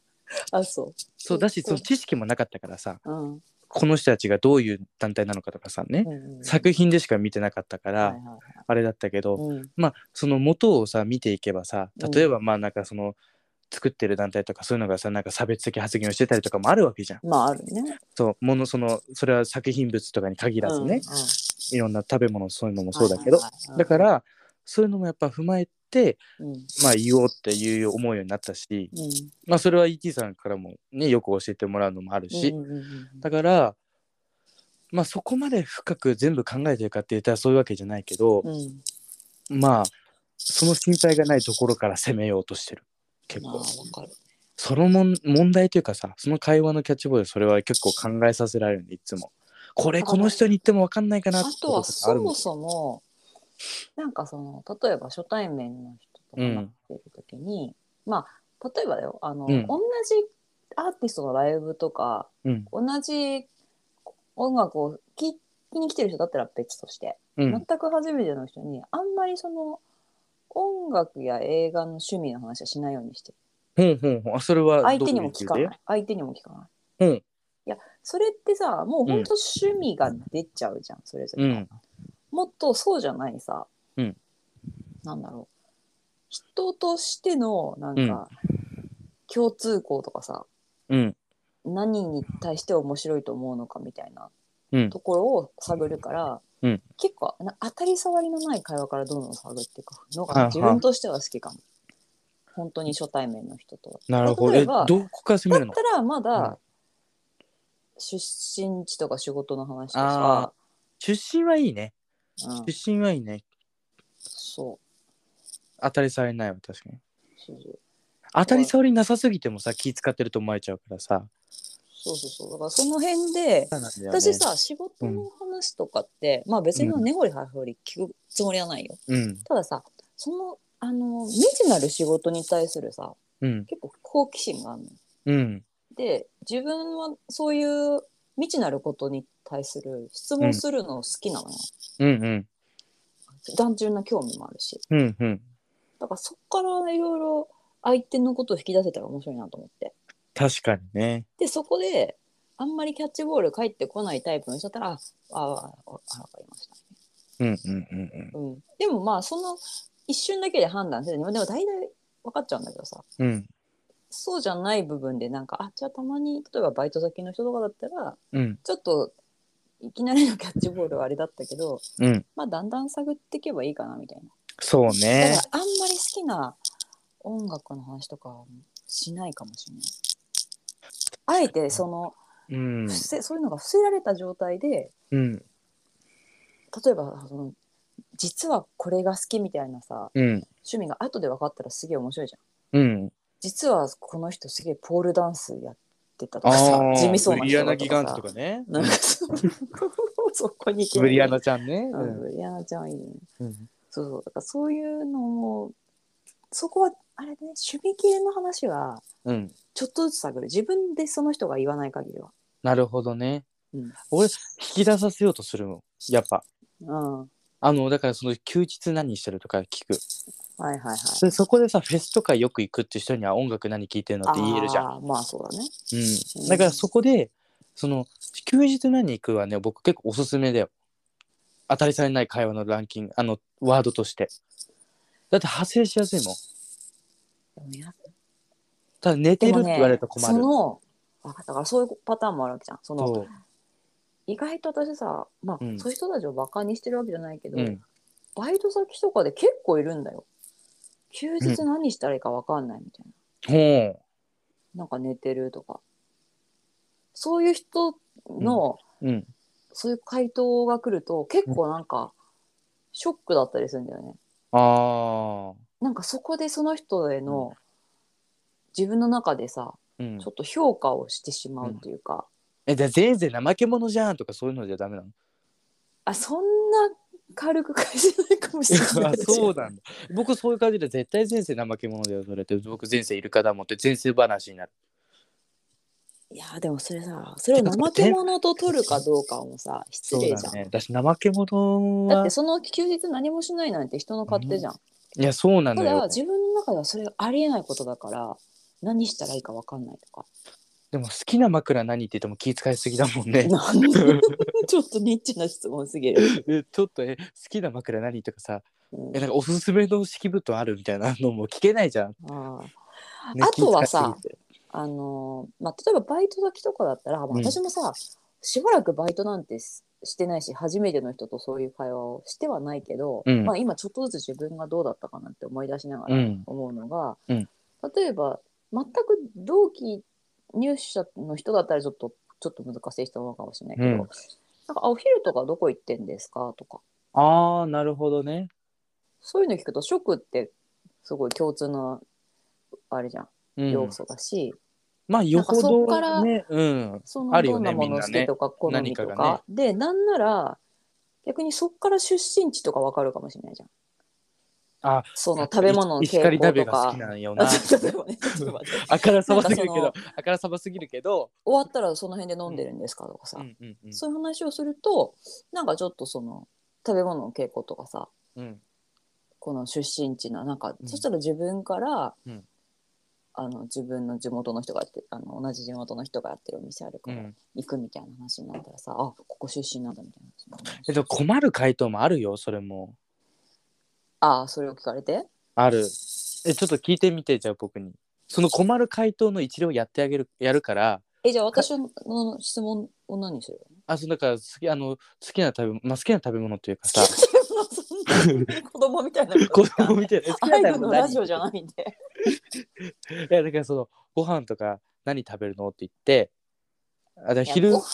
あそう。そうだし、その知識もなかったからさ、うんうんこの人たちがどういう団体なのかとかさね、うん。作品でしか見てなかったかはいら、はあれだったけど、いはいうんまあ、その元をさ、見ていけばさ、例えばまあなんかその、作ってる団体とかそういうのがさなんか差別的発言をしてたりとかもあるわけじゃん。まああるね。そうものそのそれは作品物とかに限らずね、うんうんいろんな食べ物そういうのもそうだけど、はいはいはいだか、らそういうのもやっぱ踏まえて、うんうんまあ、言おうっていう思うようになったし、まあ、それは ET さんからも、ね、よく教えてもらうのもあるし、うんうんうんだから、まあ、そこまで深く全部考えてるかって言ったらそういうわけじゃないけど、うん、まあその心配がないところから攻めようとしてる結まあわ構かる。そのもん問題というかさその会話のキャッチボールでそれは結構考えさせられるんでいつもこれだかこらの人に言っても分かんないかなあってとはとそもんもそもなんかその例えば初対面の人と話してる時に、まあ例えばだよあの、うん同じアーティストのライブとかうん同じ音楽を聴きに来てる人だったら別として、うん全く初めての人にあんまりその音楽や映画の趣味の話はしないようにしてるほんほんほんあそれは相手にも聞かどううない相手にも聞かない。うんいやそれってさもうほんと趣味が出ちゃうじゃん、それぞ理れ由が。でうんもっとそうじゃないさ、うんなんだろう人としてのなんか、共通項とかさうん何に対して面白いと思うのかみたいなうんところを探るから、うん結構な当たり障りのない会話からどんどん探っていくのはがいはい自分としては好きかも。本当に初対面の人と。なるほど例ええばどこから攻めだっるのたらまうんだ出身地とか仕事の話とか、出身はいいねうん、出身はいいねそう当たり障りないわ確かにそうそう当たり障りなさすぎてもさ気使ってると思われちゃうからさそうそうそうだからその辺で私私さ仕事の話とかって、まあ別にうん根掘り葉掘り聞くつもりはないよ、うんたださそのあの未知なる仕事に対するさうん結構好奇心があるのうんで自分はそういう未知なることに対する質問するの好きなのよ、うんうん単純な興味もあるしうんうんだからそっからいろいろ相手のことを引き出せたら面白いなと思って確かにねでそこであんまりキャッチボール返ってこないタイプの人だったらあああ分かりましたうんうんうんうんうん、でもまあその一瞬だけで判断せずにでも大体分かっちゃうんだけどさうんそうじゃない部分でなんかあじゃあたまに例えばバイト先の人とかだったらうんちょっといきなりのキャッチボールはあれだったけどうんまあだんだん探っていけばいいかなみたいなそうだねからあんまり好きな音楽の話とかはしないかもしれないあえてその、うん伏せそういうのが伏せられた状態でうん例えばその実はこれが好きみたいなさうん趣味が後で分かったらすげえ面白いじゃんうん実はこの人すげえポールダンスやってたとあかさあ地味そうな人だ柳とガかンさツとかねなんかそ そこにブリアナナちゃんねブリアナちゃんいいねうんそうそうだからそういうのもそこはあれね趣味系の話はうんちょっとずつ探る自分でその人が言わない限りはなるほどねうん俺引き出させようとするのやっぱうんはあのだからその休日何してるとか聞くいはいはいでそこでさフェスとかよく行くって人には音楽何聴いてるのって言えるじゃんあーまあそうだねうん、だからそこでその休日何行くはね僕結構おすすめだよ当たり障りない会話のランキングあのワードとしてだって派生しやすいもんでもやただ寝てでるっもて言われるねと困そる、の分かっただからそういうパターンもあるわけじゃんそのそう意外と私さまあ、うんそういう人たちをバカにしてるわけじゃないけど、うんバイト先とかで結構いるんだよ休日何したらいいか分かんないみたいな、ほなんか寝てるとかそういう人の、ううんそういう回答が来ると結構なんか、ショックだったりするんだよねああなんかそこでその人への、自分の中でさうんちょっと評価をしてしまうというか、えじゃあぜいぜい怠け者じゃんとかそういうのじゃダメなのあそんな軽く返せないかもしれなあ いそうなんだ僕そういう感じで絶対前世怠け者だよそれって僕前世イルカだもんって前世話になるいやーでもそれさそれを怠け者と取るかどうかもさ失そう礼だじゃんだ,、ね私怠け者っはてその休日何もしないなんて人の勝手じゃん、いやそうなたのだよ自分の中ではそれがありえないことだから何したらいいか分かんないとかでも好きな枕何って言っても気遣いすぎだもん ね。な んでちょっとニッチな質問すぎる、えちょっとえ好きな枕何とかさうんえなんかおすすめの敷布団あるみたいなのも聞けないじゃん。あーねあとはさ気遣いすぎてあのーまあ、例えばバイト先とかだったら、まあうん私もさ、しばらくバイトなんてししてないし初めての人とそういう会話をしてはないけど、うんまあ、今ちょっとずつ自分がどうだったかなって思い出しながうらん思うのが、うん例えば全く同期入社の人だったらちょっとちょっと難しい人なのかもしれないけど、うんなんかあお昼とかどこ行ってんですかとかああなるほどねそういうの聞くとショックってすごい共通のあれじゃんうん要素だし、まあよほどなんかそっからねうんそあのるよどんねなもみんの好なねきとか好みとか何かがでなんなら逆にそっから出身地とかわかるかもしれないじゃん。あその食べ物の石傾狩向鍋とが好かき。なんよあな ちょっと待ってちょっと 待ってあからさますぎるけなんどあからさますぎるけど終わったらその辺で飲んでるんですかとかさ、うんうんうんそういう話をするとなんかちょっとその食べ物の傾向とかさうんこの出身地のなんか、うんそしたら自分から、うんあの自分の地元の人がやってあの同じ地元の人がやってるお店あるうから、ん行くみたいな話になったらさあここ出身なんだみたいな話になるしえっと困る回答もあるよそれもああそれを聞かれてあるえちょっと聞いてみてじゃあ僕にその困る回答の一例をやってあげるやるからえじゃあ私の質問を何にするあそうだから好きあの好きな食べ、まあ、好きな食べ物という かさそんな子供みたいなこと子供み たいな好きなアイ食べドル物の何ラジオじゃないん でいやだからそのご飯とか何食べるのって言ってあだから昼いやご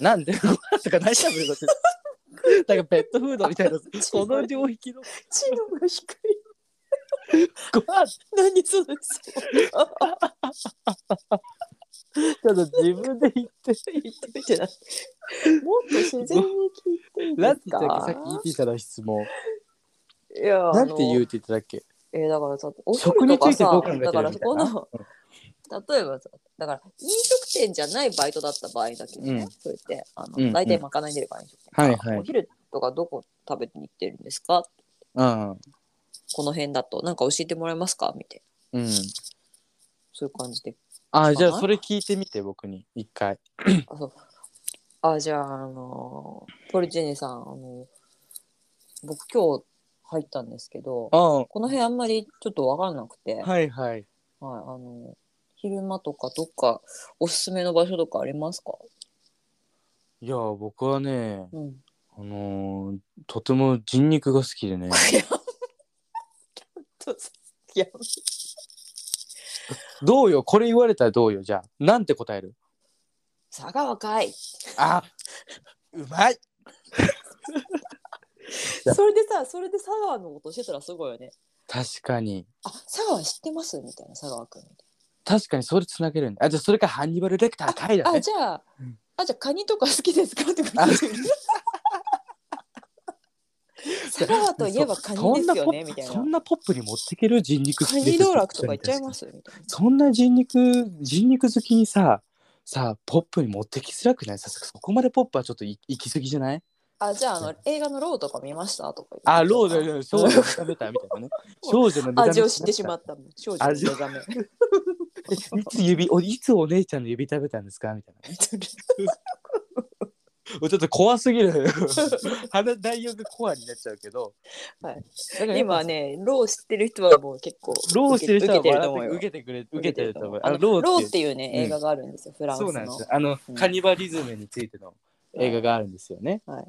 なんでご飯とか何食べる のってだからペットフードみたいなその領域の知能が 低いご飯ち何それょっと自分で 言って言ってみてないもっと自然に聞いていいなでんてす言ったっけさっき言っかていただ質問いやなんて言うっうて言ったっけえーだからさお食昼にとついかてどう考さえてるみたいなだからそこの例えばさだから飲食店じゃないバイトだった場合だけどね、うんそれってあの、うんうん大体まかないに出るから飲食店はいはいお昼とかどこ食べに行ってるんですかうんこの辺だとなんか教えてもらえますかみたいなうんそういう感じであかなじゃあそれ聞いてみて僕に一回あそうあじゃあ、あのポルチーニさん、あの僕今日入ったんですけどああこの辺あんまりちょっと分からなくて、はいはいはいあの昼間とかどっかおすすめの場所とかありますか、いや僕はねうん、あのーとても人肉が好きでね いやどうよこれ言われたらどうよじゃあなんて答える佐川かいあうまいやそれでさそれで佐川のことしてたらすごいよね確かにあ佐川知ってますみたいな佐川くんみ確かにそれつなげるんだあじゃあそれかハンニバルレクターかいたいだなあねじゃあ、うんあじゃあカニとか好きですかってことあですよね佐川といえばカニですよねみたいなそんなポップに持ってける人肉カニ道楽とか行っちゃいますすみたいなそんな人肉人肉好きにささポップに持ってきづらくないさそこまでポップはちょっとい行き過ぎじゃないあじゃああの映画のローとか見ましたとか言ってあローだよ少女の食べたみたいな ね少女の目覚め味を知ってしまったの少女の目覚めえいつ指おいつお姉ちゃんの指食べたんですかみたい なね。おちょっと怖すぎる。 鼻内容がコアになっちゃうけ ど。はいだからやっぱ 今ねロー知ってる人はもう結構ローしてる人は受けてる笑っと思うてよ受けてくれ受けてると思う。あのロローーっていうねうん映画があるんですよ、フランスそのうなんですよ。あの、うんカニバリズムについての映画があるんですよね。はい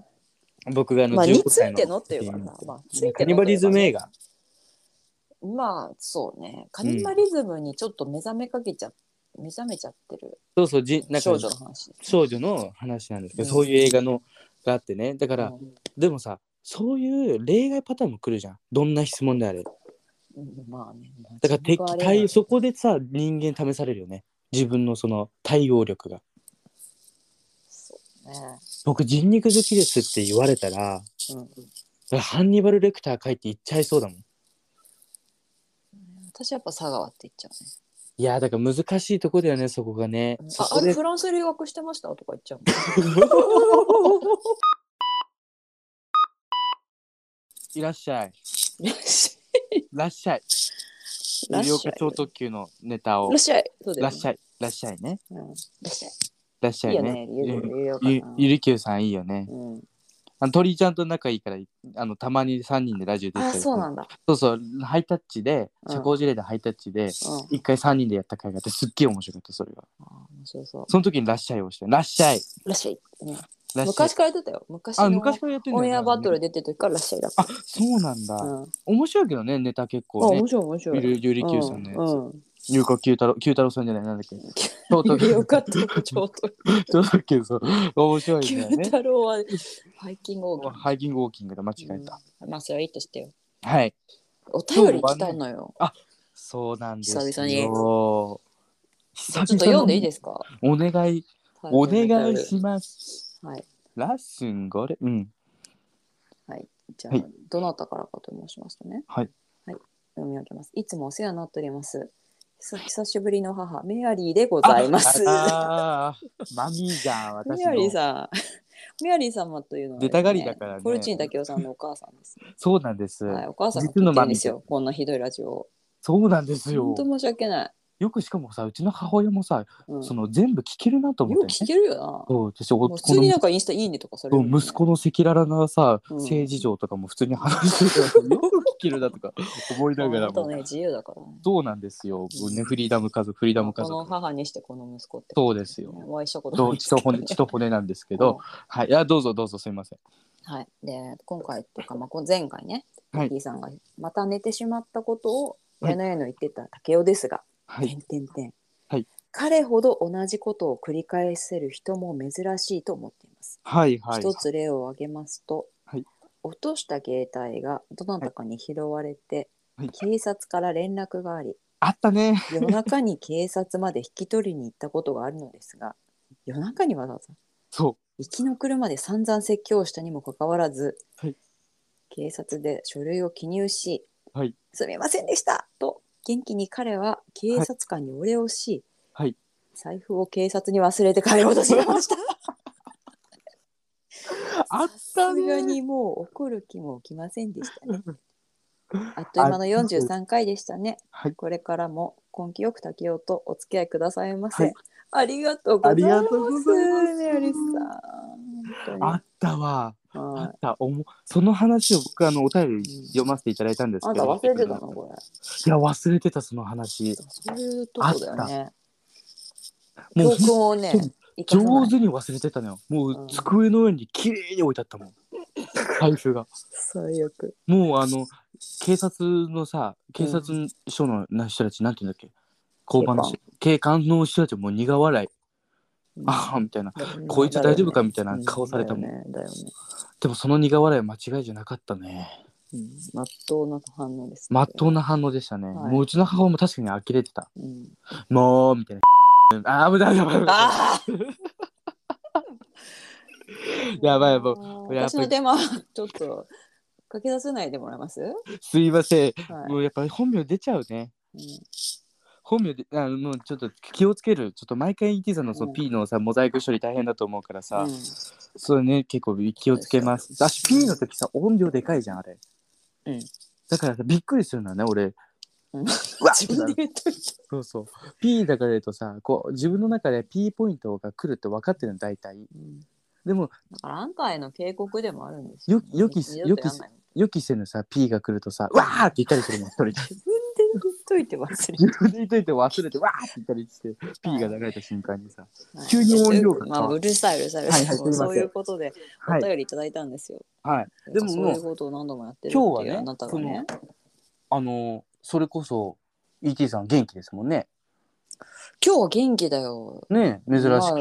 僕があのまあ15についてのって歳いうかな時にまあついてのカニバリズム映画。まあそうねカニバリズムにちょっと目覚めかけちゃ目覚めちゃってるそうそうじなんか少女の話少女の話なんですけど、うんそういう映画のがあってね。だから、うんでもさそういう例外パターンも来るじゃん。どんな質問であれ。うんまあねだから敵対そこでさ人間試されるよね自分のその対応力がそうね僕人肉好きですって言われたらうんハンニバル・レクター書いて言っちゃいそうだもん私やっぱ佐川って言っちゃうねいやーだから難しいとこだよねそこがねそああこれでフランス留学してましたとか言っちゃう いらっしゃいもんらっしいらっしゃいゃいらっ医療し課ゃい長特急のネタをらっしゃいそうらだよっねしゃいらっしゃいねうんらっしゃいらっしゃいいいよねね留学ゆゆ留学ゆりきゅうさんいいよねうんあの鳥居ちゃんと仲いいからあのたまに3人でラジオ出てたありそうなんだ、そうそうハイタッチでうん社交辞令でハイタッチでうん、一回3人でやった回があってすっげえ面白かったそれがあ面白そうその時に「ラッシャイ」をして「ラッシャイ」らしい、「うんラッシャイ昔」から出たよ昔あの昔からやってんだオよンねエアバトル出てる時かららしいだったあそうなんだ、うん、あ面白いけどねネタ結構ね面白い面白ゆいるゆりきゅうさんのやつ、うんうんゆうかきゅうたろきゅうたろうさんじゃないなんだっ けとうとうきゅようかった、ちょうど。とうとうきゅうそう面白いん九だよね太郎はハイキング王ハイキングウォーキングで間違えた、うんまあ、それはいいとしてよ。はいお便り来たのよ。そうなんですよ久々に久々ちょっと読んでいいですかお願いお願いしますはい。ラッスンゴレうんじゃあ、はいどなたからかと申しますとね。はい。はい。読み上げます。いつもお世話になっております。久久しぶりの母、メアリーでございます。ああーマミーじゃん私 メアリーのさん。メアリー様というのは、出たがりだからねポルチーニ竹雄さんのお母さんです、ね。 そうなんです、はい、お母さんが実聞のいてマるんミでーすよ。こんなひどいラジオそうなんですを。よ本当申し訳ない。よくしかもさうちの母親もさ、うん、その全部聞けるなと思よって、くね、聞けるよな。そう私おもうこ普通のになんかインスタいいねとかされそるうもんね、息子の赤裸々なさ、うん政治情とかも普通に話してた よく聞けるなとか思いながら本当も、ね自由だからね。そうなんですよ、ね、フリーダム家族フリーダム家この族母にしてこの息子って。そうですよお会いしたことどなうい血と骨 血と骨なんですけど、はいいやどうぞどうぞすいませんうんはい。で今回とかまあこの前回ね、はいはい、さんがまた寝てしまったことをはいやのやの言ってた竹雄ですが、はい点点点。はい。彼ほど同じことを繰り返せる人も珍しいと思っています。はいはい一つ例を挙げますと、はい落とした携帯がどなたかに拾われて、はい警察から連絡があり、あったね夜中に警察まで引き取りに行ったことがあるのですが夜中にわざわざそ行きの車で散々説教したにもかかわらず、はい警察で書類を記入し「はいすみませんでした!」と元気に彼は警察官にお礼をし、はい財布を警察に忘れて帰ることしました。う あっさすたがねにもう怒る気も起きませんでしたね。あっという間の43回でしたね。はいこれからも根気よく竹雄とお付き合いくださいませ。はいありがとうございあまりがとうごす。ざいますメアリーさん。あ本ったわ当にあはったおもその話を僕あのお便り読ませていただいたんでいすあんけたど忘れてたのこれ。いや忘れてたその話そういうとこだよね。もう教訓をね本、生かさな上い手に忘れてたのよもうんう机の上に綺麗に置いてあったもん財布が最悪。もうあの警察のさ警察署の人たち、なんていうんだっけ交番の人警官の人たちも苦笑い、ああみたいなうんこいつ大丈夫かみたいな顔されたもんだよね。だよね。でもその苦笑いは間違いじゃなかったねうんまっとうな反応です。真っ当な反応でしたね、はいもううちの母親も確かに呆れてたうん。もうみたいなあー危ない危ない危ないああやばいやばいやっぱり私の電話ちょっとかけ出せないでもらえます、はすいません、もい、うやっぱり本名出ちゃうねうん本名であのもうちょっと気をつけるちょっと毎回 ET さんのそうのん P のさ、モザイク処理大変だと思うからさ、うんそうね結構気をつけますだし P の時さ音量でかいじゃんあれうんだからさびっくりするのよね俺うんわ自分で言っといて。そうそう P だから言うとさこう自分の中で P ポイントが来るって分かってるの大体でもだからあんたへの警告でもあるんですよよき二度とやんない予期せぬさ P が来るとさ「わー!」って言ったりするもん一人で自分で言っといて忘れる。自分で言っといて忘れて「わー!」って言ったりして P が流れた瞬間にさはい急に音量がまあうるさいうるさい。うるはさいはいすいませんそういうことではおい便りいただいたんですよ。はいでもそういうことを何度もやってるってい今日はう、ねあなたがね。あのそれこそ ET さん元気ですもんね今日は元気だよ。ね珍しく、まあ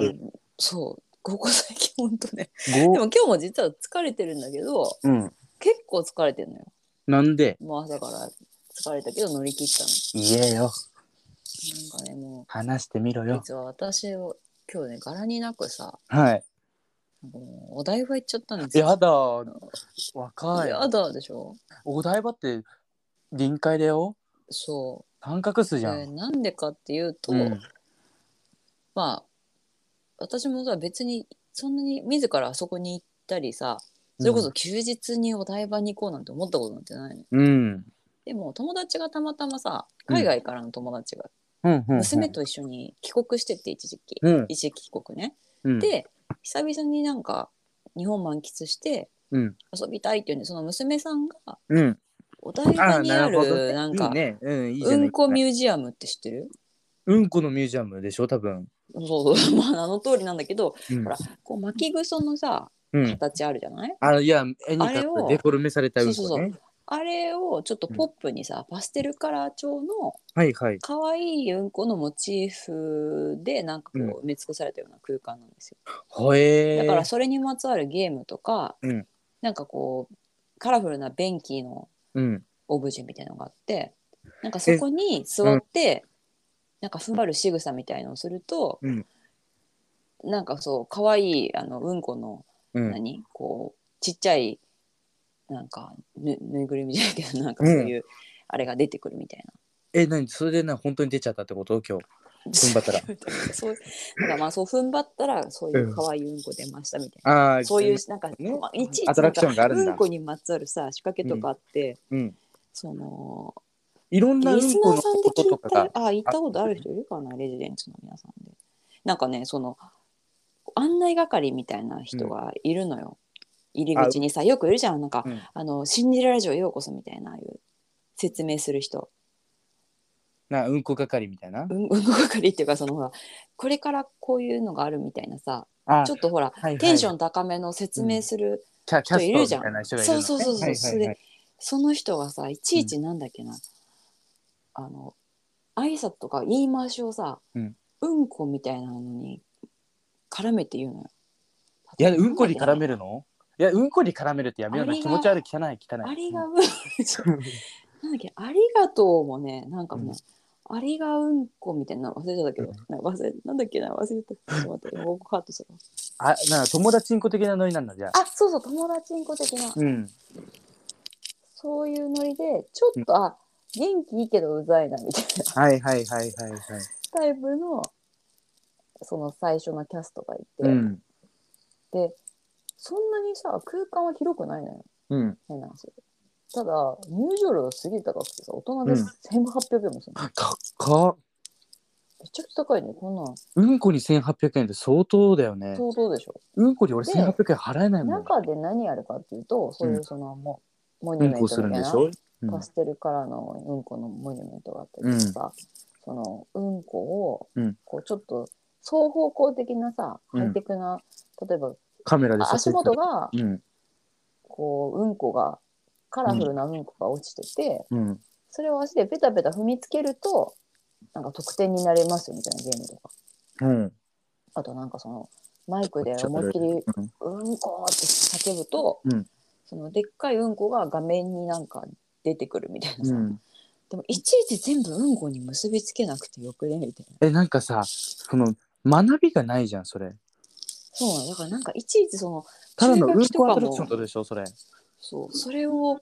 そう。ここ最近本当ね。でも今日も実は疲れてるんだけど、うん結構疲れてるのよ。なんでもう朝から疲れたけど乗り切った言えよの。なんかねも話してみろうよ実は私を今日ね柄になくさはいもうお台場行っちゃったんですよ。やだ若いやだでしょ。お台場って臨海だよそ三角う。数じゃん、でなんでかっていうと、うんまあ私もさ別にそんなに自らあそこに行ったりさそれこそ休日にお台場に行こうなんて思ったことなんてないの、うんでも友達がたまたまさ海外からの友達がうんうん娘と一緒に帰国してって一時期、うん一時帰国ね。うんで久々になんか日本満喫してうん遊びたいっていうんでその娘さんがうんお台場にあるなんかいいねうんいいじうゃないんこミュージアムって知ってるうんこのミュージアムでしょ多分そうそう まあ名の通りなんだけどうんほらこう巻きぐそのさうん形あるじゃないあのいや絵にあれ描をくデフォルメされたうんそこうそうねあれをちょっとポップにさパステルカラー調のはいはい可愛いうんこのモチーフでなんかこう埋め尽くされたような空間なんですよ。ほえーだからそれにまつわるゲームとか、うんなんかこうカラフルな便器のうんオブジェみたいなのがあってなんかそこに座って、なんか踏ん張る仕草みたいのをすると、うんなんかそう可愛いあのうんこのうん何、こうちっちゃいなんかぬぬいぐるみじゃないけどなんかそういう、あれが出てくるみたいな。え何それでな本当に出ちゃったってこと今日踏ん張ったら そうなんかまあそう踏ん張ったらそういう可愛いうんこ出ましたみたいな。ああそういうなんか、ねまあいちいちアトラクションがあるんうだんこにまつわるさ仕掛けとかあって、うんそのいろんなうリんスこナーのさんことで聞といかたがあ行ったことある人いるかなレジデンツの皆さんでなんかねその案内係みたいな人がいるのよ、入り口にさよくいるじゃんなんか、うんあの「シンデレラ城へようこそ」みたいなああいう説明する人なうんこ係みたいなうんうんこ係っていうかそのほらこれからこういうのがあるみたいなさあちょっとほら、はいはいテンション高めの説明する、キャキャ人いるスじトみゃんたいな人がいるのねそうそうそうそうはいはいそれその人がさいちいちなんだっけな、あの挨拶とか言い回しをさ、うんうんこみたいなのに絡めて言うのよ。いや、うんこに絡る。めるのいや、うんこに絡めるってやめようなあり気が持ち悪い、汚い、汚い。ありがうん。なんだっけありがとうもねなんかね、ありがうんこみたいなの忘れちゃったけど、なんか忘れなんだっけな忘れた。ちょっと待 ってここカットするわ。あ、なんか友達んこ的なノリなんだ、じゃあ。あそうそう友達んこ的なうん。そういうノリでちょっと、あ元気いいけどうざいなみたいな。はいはいはいはいはい。タイプのその最初のキャストがいて、うん。でそんなにさ空間は広くないのようん。変な話ただ入場料すげえ高くてさ大人でうん1800円もするの、高っ。めちゃくちゃ高いねこんなんうんこに1800円って相当だよね。相当でしょ、うんこに俺で1800円払えないもん。中で何やるかっていうとそういううそのも、モうニュんメこンすトるみんたでいなし、ょうんパステルカラーのうんこのモニュメントがあったりとかさ、そのうんこをうんこうちょっと双方向的なさうんハイテクな、例えばカメラであ足元がうん。こううんこがカラフルなうんこが落ちてて、うん。それを足でペタペタ踏みつけるとなんか得点になれますよみたいなゲームとかうん。あとなんかそのマイクで思いっきり「うんこ!」って叫ぶと、うんそのでっかいうんこが画面になんか出てくるみたいなうさ、ん。でもいちいち全部うんこに結びつけなくてよくねみたいなえ、なんかさ、その、学びがないじゃん、それ。そうなのだからなんかいちいちそのただの注うん意書きとこアかトラクションっもてことでしょ、それ。そうそれを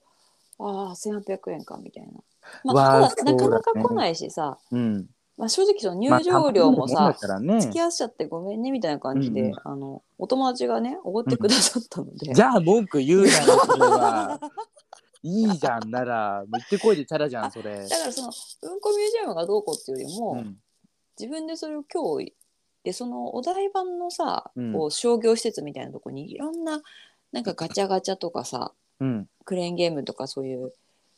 ああ1800円かみたいな、まわあ、あただなかなそかうだね来ないしさ、うん。まあ、正直そのまあ入場料もまあたさ、まにのもんだからね付き合わせちゃってごめんねみたいな感じで、うんうんあのお友達がねおごってくださったので、じゃあ文句言うなよそれはいいじゃんならもう行ってこいでチャラじゃんそれだからそのうんこミュージアムがどうこうっていうよりも、うん自分でそれを今日でそのお台場のさ、うんこう商業施設みたいなとこにいろんななんかガチャガチャとかさうんクレーンゲームとかそういう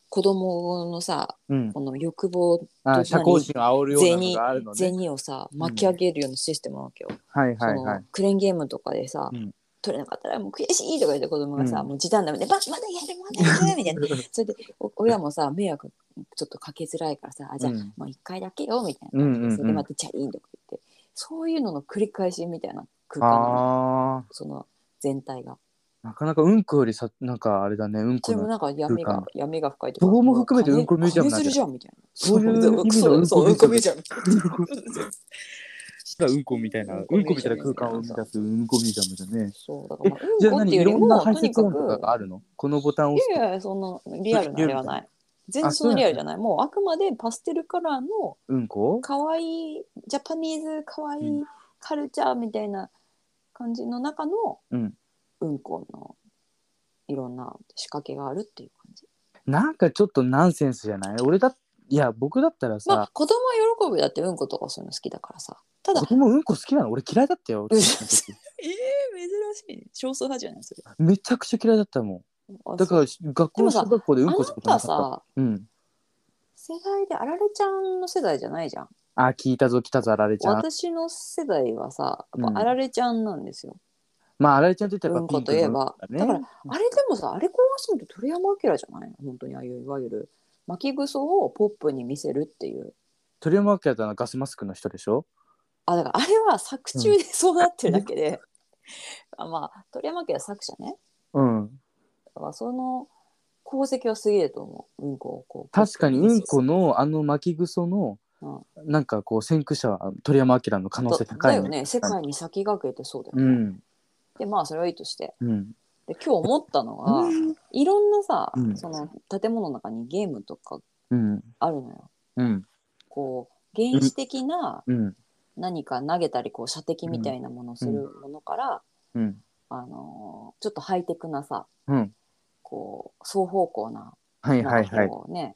子供のさうんこの欲望あ社交心を煽るようなのがあるのね銭をさ巻き上げるようなシステムなわけよ。はいそはいのはいクレーンゲームとかでさ、うん取れなかったらもう悔しいとか言って子供がさ、うんもう時短だめで「ままだやるまだやる」みたいな それでお親もさ迷惑ちょっとかけづらいからさ「あじゃあ、うんもう1回だけよ」みたいなうんうんうんそれでまた「チャリン」とか言ってそういうのの繰り返しみたいな空間なのあその全体ーがなかなかうんこよりさなんかあれだねうんそこれものなんか闇空が間闇が深いというかどこも含めてうんこミュージアムな金んだ金するじゃんみたいなそういう意味のうんそうこうんこミュミーュージジアムうんこみたいなうんこみたいな空間を生み出すうんこミュージアムだねそうだからまあじうゃんこあって何いういよりろんもなと排に泄か音くとかがあるのこのボタンをい押すやいや、そのリアルなあれはない。全なんだ然そのリアルじゃない。もうあくまでパステルカラーのうんこ可愛いジャパニーズ可愛ういカルチャーみたいな感じの中のうんうんこのいろんな仕掛けがあるっていう感じ。なんかちょっとナンセンスじゃない俺だいや僕だったらまあさ子供は喜ぶよだってうんことかそういうの好きだからさ。ただ子、供うんこ好きなの俺嫌いだったようんちっちゃい時ええ珍しいね少数派じゃないそれめちゃくちゃ嫌いだったもあんだから学校のでもさ小学校でうんこしたそうこあとななたかったさうん世代であられちゃんの世代じゃないじゃんあ聞いたぞ来たぞあられちゃん私の世代はさやうっんぱあられちゃんなんですよ、まああられちゃんといったらうんピこンとクいえのばねだからあれでもさあれ考案したのって鳥山明じゃないの本当にああいういわゆる巻きぐそをポップに見せるっていう鳥山明だったのはガスマスクの人でしょあだからあれは作中でそうなってるだけで、あまあ鳥山明は作者ねうんだからその功績はすげえと思ううんこをこう確かにうんこのあの巻きぐその、なんかこう先駆者は鳥山明の可能性高いだだよね世界に先駆けてそうだようね、んでまあそれはいいとしてうんで今日思ったのがうんいろんなさ、うんその建物の中にゲームとかうんあるのようんこう原始的なうん何か投げたりこう射的みたいなものをするものから、うんあのーちょっとハイテクなさうんここう双方向なうはいはないんはかい、こうね、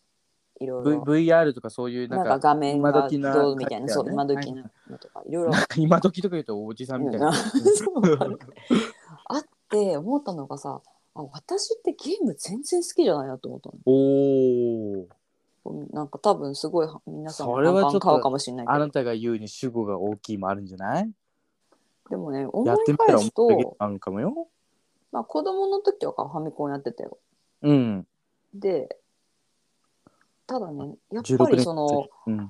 いろい v、ろ VR とかそういうななんんかか画面今が時などうみたい感な、じだよそねう今時なのとかいろいろなんか今時とか言うとおじさんみたいな、うんそうわかるあって思ったのがさあ私ってゲーム全然好きじゃないなと思ったの おおうんなんか多分すごい皆さんそれはちょっと買うかもしれないあけなどたが言うに主語が大きいもあるんじゃないでもね思やっていみたら返面す白いゲームと、あるかもよまあ、子供の時とかはファミコンやってたようんでただねやっぱ16り年そのうんん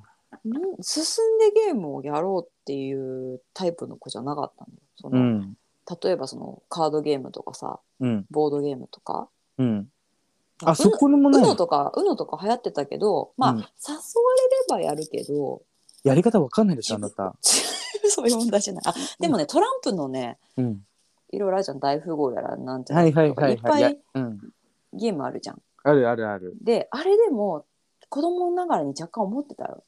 進んでゲームをやろうっていうタイプの子じゃなかったんだよそうの、ん例えばそのカードゲームとかさうんボードゲームとかうんまあそこのもうののとかうのとか流行ってたけどまあ、うん誘われればやるけど やり方わかんないでしょあなたそういう問題じゃないあでもねトランプのねうんいろいろあるじゃん大富豪やらなんてはいはいはいいっぱはいやいうんゲームあるじゃん。あるあるあるであれでも子供ながらに若干思ってたよ。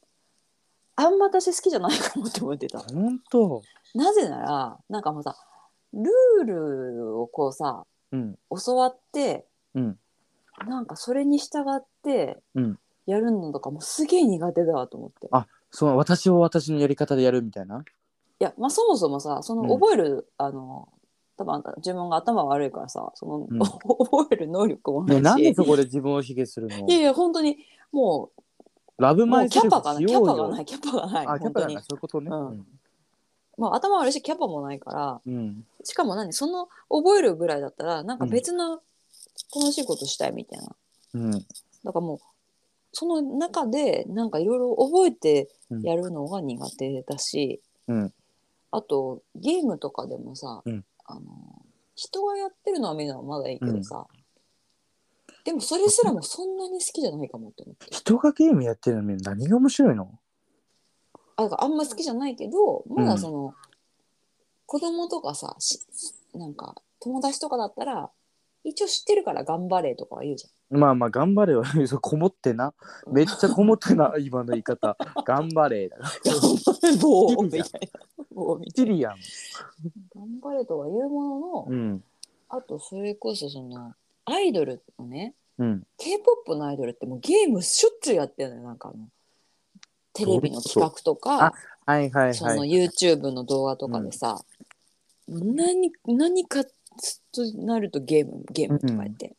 あんま私好きじゃないかもって思ってた。本当なぜならなんかもうさルールをこうさうん教わって、うんなんかそれに従ってうんやるのとかもうすげえ苦手だわと思って。そう私を私のやり方でやるみたいないや、まあ、そもそもさそのうん覚える、あの多分あんた自分が頭悪いからさその、うん 覚える能力もなねいし、なんでそこで自分を卑下するのいやいや本当にもラブうもマうイキセャルパがフなしいキャようパがなよいキャパがないあキャ本パ当だにな、そういうことねうんまあ、頭悪いしキャパもないからうんうんしかも何その覚えるぐらいだったらなんか別の楽しいことしたいみたいな、うんだからもうその中でなんかいろいろ覚えてやるのが苦手だし、うんあとゲームとかでもさ、うんあの人がやってるのは見るのはまだいいけどさ、でもそれすらもそんなに好きじゃないかもって思って人がゲームやってるのに何が面白いのあだからあんま好きじゃないけどまだその、子供とかさしなんか友達とかだったら一応知ってるから頑張れとかは言うじまあまあ頑張れは そうこもってなゃん。めっちゃこもってな 今の言い方頑張れだな頑張れ 棒みたいな。棒みたシいなリアン頑張れとは言うものの、うんあとそれこそそのアイドルのねうん K-POP のアイドルってもうゲームしょっちゅうやってるのよなんかあのテレビの企画とかはいはいそのはい YouTube の動画とかでさ、もう何何かずっとなるとゲームゲームとかやって、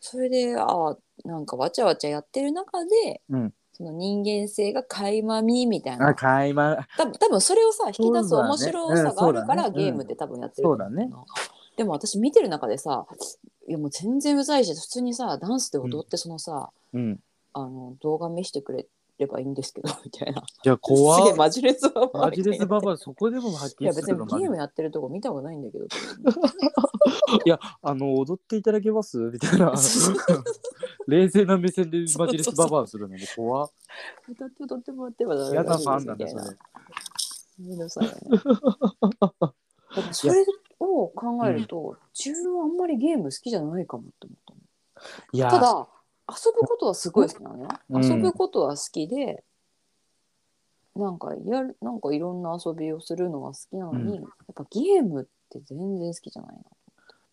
それでああなんかわちゃわちゃやってる中で、うんその人間性が垣間見みたいなあ買いま多分多分それをさ引き出す面白さがあるから、そうだねうんそうだねゲームって多分やってると思んそうだねでも私見てる中でさいやもう全然うざいし普通にさダンスで踊ってそのさ、うんあの動画見せてくれればいいんですけど みたいなじゃあ怖すげえっマジレスババアマみジたいなレスババアそこでも発い揮やす別にるのゲームいやってるとこ見たことない んだけどいやあの踊っていただけますみたい なそう冷静な目線でマジレスババアするのね怖っ歌って踊ってもらってばダメ嫌なだしファンなんだみたいそ なれごめんな さいねだからそれを考えると、自分はあんまりゲーム好きじゃないかもって思ったのいやただ遊ぶことはすごい好きなのね、うん遊ぶことは好きでなんかやるなんかいろんな遊びをするのが好きなのに、やっぱゲームって全然好きじゃないな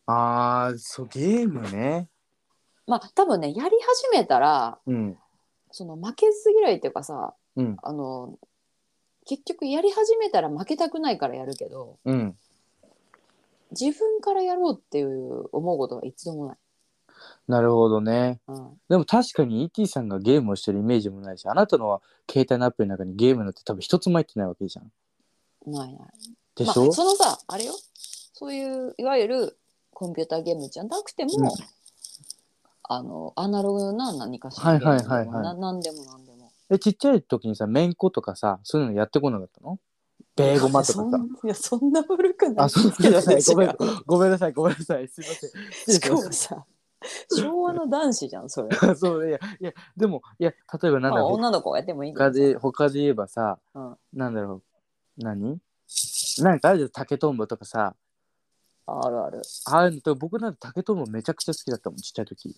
あーそうゲームねまあ多分ねやり始めたらうんその負けず嫌いっていうかさうんあの結局やり始めたら負けたくないからやるけどうん自分からやろうっていう思うことが一度もない。なるほどね。うん、でも確かに ET さんがゲームをしてるイメージもないし、あなたのは携帯のアプリの中にゲームなんて多分一つも入ってないわけじゃん。ないない。でまあ、しょ、そのさあれよそういういわゆるコンピューターゲームじゃなくても、うんあのアナログな何かしはらいはいはいはいゲームでもな何でも何でも。え、ちっちゃい時にさ、めんことかさ、そういうのやってこなかったのベーゴマとか そんさ。いやそんな古くないあ、そうですけどね。 ごめんごめ私が、んなさい、ごめんなさい。すいません。しかもさ昭和の男子じゃんそれ。そういやいやでもいや例えばなんだまあ、ろう女の子がやってもいいけど他で他で言えばさ、うんなんだろう何なんかあるよ竹とんぼとかさあるある。ああいうのと僕なんて竹とんぼめちゃくちゃ好きだったもんちっちゃい時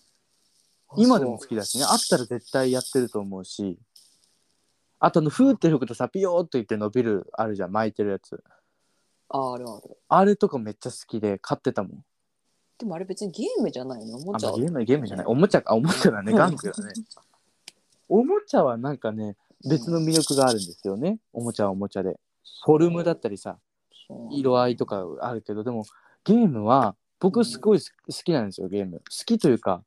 今でもそ好きだしねあったら絶対やってると思うしあとあのふーって吹くとさピヨーって言って伸びるあるじゃん巻いてるやつうあるある。あれとかめっちゃ好きで買ってたもんでもあれ別にゲームじゃないのおもあちゃまあゲームゲームじゃないおもちゃかあおもちゃだねガンクだねおもちゃはなんかね別の魅力があるんですよねおもちゃはおもちゃでフォルムだったりさそう色合いとかあるけどでもゲームは僕すごいす好きなんですよゲーム好きというか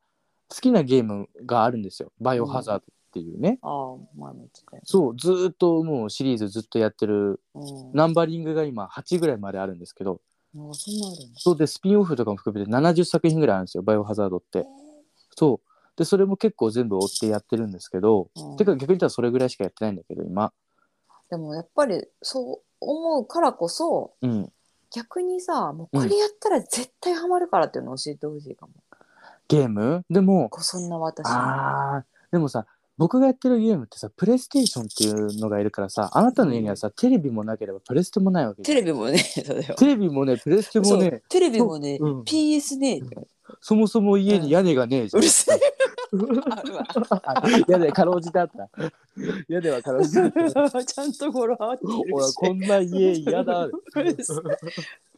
好きなゲームがあるんですよバイオハザードっていうね、ああ前も言ってたよ。そうずーっともうシリーズずっとやってるうん、あナンバリングが今8ぐらいまであるんですけどそんなあるんだ。そうでスピンオフとかも含めて70作品ぐらいあるんですよバイオハザードってそうでそれも結構全部追ってやってるんですけど、うんてか逆に言ったらそれぐらいしかやってないんだけど今でもやっぱりそう思うからこそうん逆にさもうこれやったら絶対ハマるからっていうのを教えてほしいかも、ゲームでもこそんな私にあーでもさ僕がやってるゲームってさプレイステーションっていうのがいるからさあなたの家にはさテレビもなければプレステもないわけテレビもね それはテレビもねプレステもそねうテレビもね、そううん PS ねって言われてそもそも家に屋根がねえじゃ、うんるせえあ あるわ屋根かろうじてあった屋根はかろうじてあったちゃんと語呂合ってほるらしこんな家嫌だうるせえ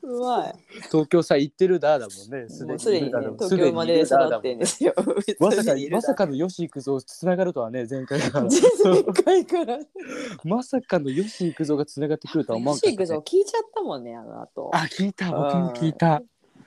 うまい東京さ行ってるだだもんねもうすでにねだだもん東京まで育すにいるだだもっんてんですよまさかにいるまさかのよし行くぞつながるとはね前回 から全然からまさかのよし行くぞがつながってくるとは思わんかシったークゾー聞いちゃったもんねあの後あ聞いた僕も聞いた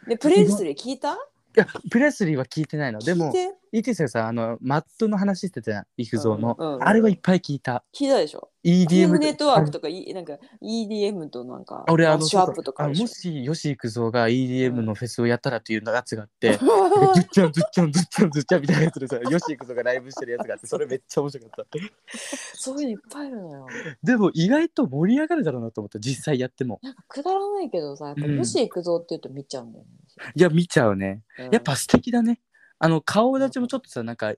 でプレイスリー聞いたいやプレスリーは聞いてないので 聞いもて ET さんさあのマットの話してたじゃん育三の、うんうんあれはいっぱい聞いた聞いたでしょゲー EDM ムネットワークととか、いなんか EDM となんか、俺あのシュアップとかああのるでしょもしよし行くぞが EDM のフェスをやったらっていうや つがあって、うわずっちゃんずっちゃんずっちゃんずっちゃんみたいなやつでさよし行くぞがライブしてるやつがあってそれめっちゃ面白かったそういうのいっぱいあるのよ。でも意外と盛り上がるだろうなと思った実際やってもなんかくだらないけどさ、やっぱ、うんもし行くぞって言うと見ちゃうんだよね。いや見ちゃうねうんやっぱ素敵だねあの顔立ちもちょっとさなんか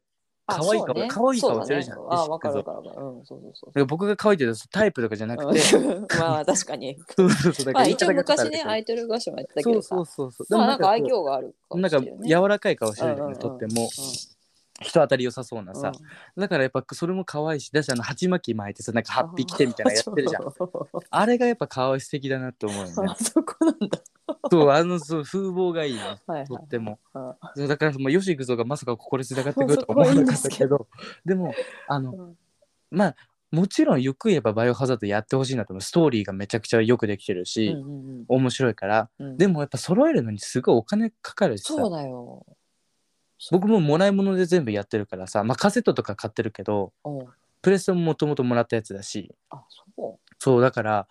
あ可愛いそうね顔可愛い顔してるじゃんそうだねあ、わかるよしわかるわかる。うん、そうそうそう。なんか僕が可愛いけどタイプとかじゃなくて、うん まあ確かに。そうそうそう。だからまあ言い一方応がちょっと昔あれね、だアイドル歌手もやってたけどけどさ、そうそうそうそう。まあなんか愛でも嬌があるなんかもしれないよね柔らかい顔してるじゃうんうん、んうんとっても人当たり良さそうなさ。だからやっぱそれも可愛いし、だしあの鉢巻き巻いてさ、なんかハッピー着てみたいなのやってるじゃん。ん。あれがやっぱ可愛い素敵だなって思うよね あ。そこなんだ。そう、あのそう風貌がいいね。はいとはいっても。うん。そうだから、まあ、よし行くぞがまさかここで繋がってくるとは思わなかったけ ど、でも、あの、うんまあ、もちろんよく言えばバイオハザードやってほしいなと思う。ストーリーがめちゃくちゃよくできてるし、うん面白いから。うんうんでもやっぱ揃えるのにすごいお金かかるしさ。そうだよ。僕ももらい物で全部やってるからさ、まあ、カセットとか買ってるけどうんプレステももともともらったやつだしあ、そそうだから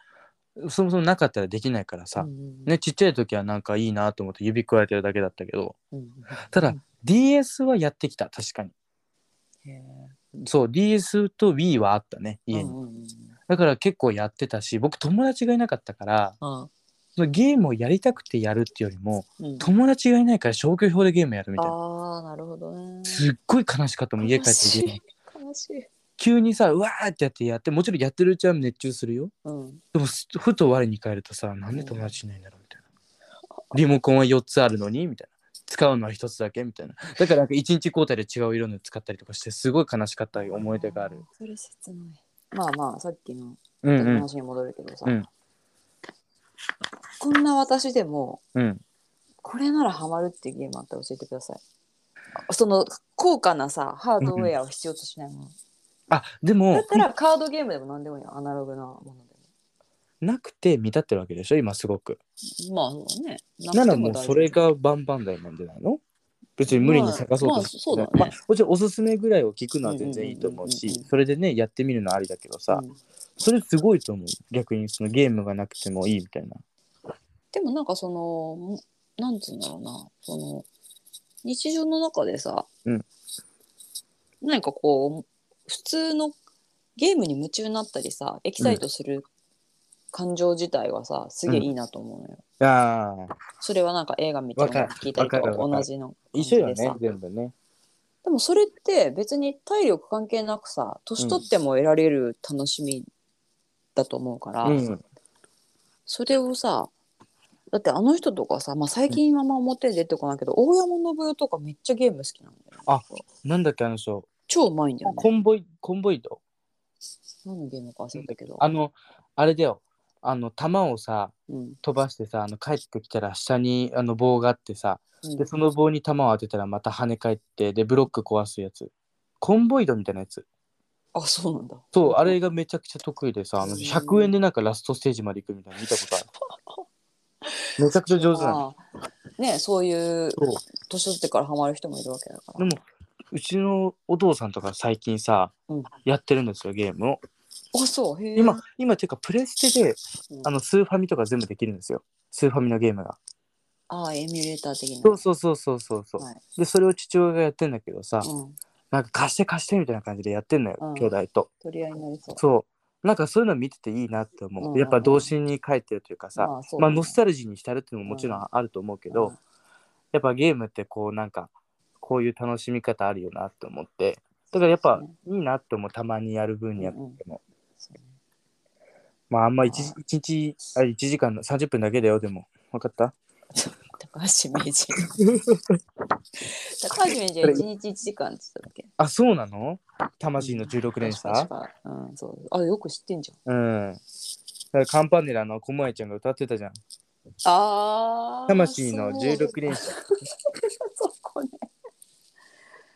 そもそもなかったらできないからう。さ、うんね、ちっちゃい時はなんかいいなと思って指くわえてるだけだったけどうんただ、うん DS はやってきた確かにへえそう DS と Wii はあったね家に、うんうんうんだから結構やってたし僕友達がいなかったからあそのゲームをやりたくてやるっていうよりもうん友達がいないから消去表でゲームやるみたいなあー、なるほどね。すっごい悲しかったもん家帰ってゲーム悲しい。急にさうわーってやってやってもちろんやってるうちは熱中するようん。でもすふと我に返るとさなんで友達いないんだろうみたいなリモコンは4つあるのにみたいな使うのは1つだけみたいなだからなんか1日交代で違う色の使ったりとかしてすごい悲しかった思い出があるー。それ切ない。まあまあ、さっきのうんうん話に戻るけどさ、うんこんな私でも、うんこれならハマるっていうゲームあったら教えてください。その高価なさ、ハードウェアを必要としないもの。あでだもったらカードゲームでも何でもいいよ、アナログなものでも。なくて見立ってるわけでしょ今すごくまあそうだね。なくらてもう大丈夫それがバンバンダイなんじゃないの別に無理に探そうとまあまあそうだねまあもちろんおすすめぐらいを聞くのは全然いいと思ううんうんうんしうんそれでねやってみるのはありだけどさ、うんそれすごいと思う逆にそのゲームがなくてもいいみたいなでもなんかそのもなんつうんだろうなその日常の中でさ、うん何かこう普通のゲームに夢中になったりさエキサイトする感情自体はさ、すげえいいなと思うのよ。ああそれはなんか映画見たりわかる聞いたりとわかるわかる同じの感一じ緒よでさね全部ねでもそれって別に体力関係なくさ年取っても得られる楽しみだと思うから、うんそれをさだってあの人とかさ、まあ、最近はあんま表に出てこないけど、大山信代とかめっちゃゲーム好きなんだよ、ね、あなんだっけあの人超うまいんだよコねンボイコンボイド何のゲームか忘れたけどあのあれだよあの弾をさうんうん飛ばしてさあの帰ってきたら下にあの棒があってさでその棒に弾を当てたらまた跳ね返ってでブロック壊すやつコンボイドみたいなやつあそうなんだそうあれがめちゃくちゃ得意でさあのうん100円でなんかラストステージまで行くみたいなの見たことあ るめちゃくちゃ上手なのああねそういうそう年取ってからハマる人もいるわけだかでらもうちのお父さんとか最近さ、うんやってるんですよゲームをあそうへえ今、今っていうかプレステでうんあのスーファミとか全部できるんですよスーファミのゲームがああエミュレーター的なそうそうそうそうそうそう、はいでそれを父親がやってんだけどさ、うん、なんか貸して貸してみたいな感じでやってんのよ、うん兄弟と取り合いになりそうそうなんかそういうの見てていいなって思う、うんやっぱ童心に帰ってるというかさ、まあそうまだあねノスタルジーに浸るっていうのももちろんあると思うけど、うんやっぱゲームってこうなんかこういう楽しみ方あるよなって思ってだからやっぱいいなって思うたまにやる分にやっても、そうねまああんま 1, 日あ1時間の30分だけだよでも分かった高橋名 人高橋名人は一日一時間って言っただっけあそうなの魂の16連確鎖か確かうん、そう。あ、よく知ってんじゃん。うんだからカンパネラの小萌ちゃんが歌ってたじゃんああ。魂のそう16連鎖 そこね。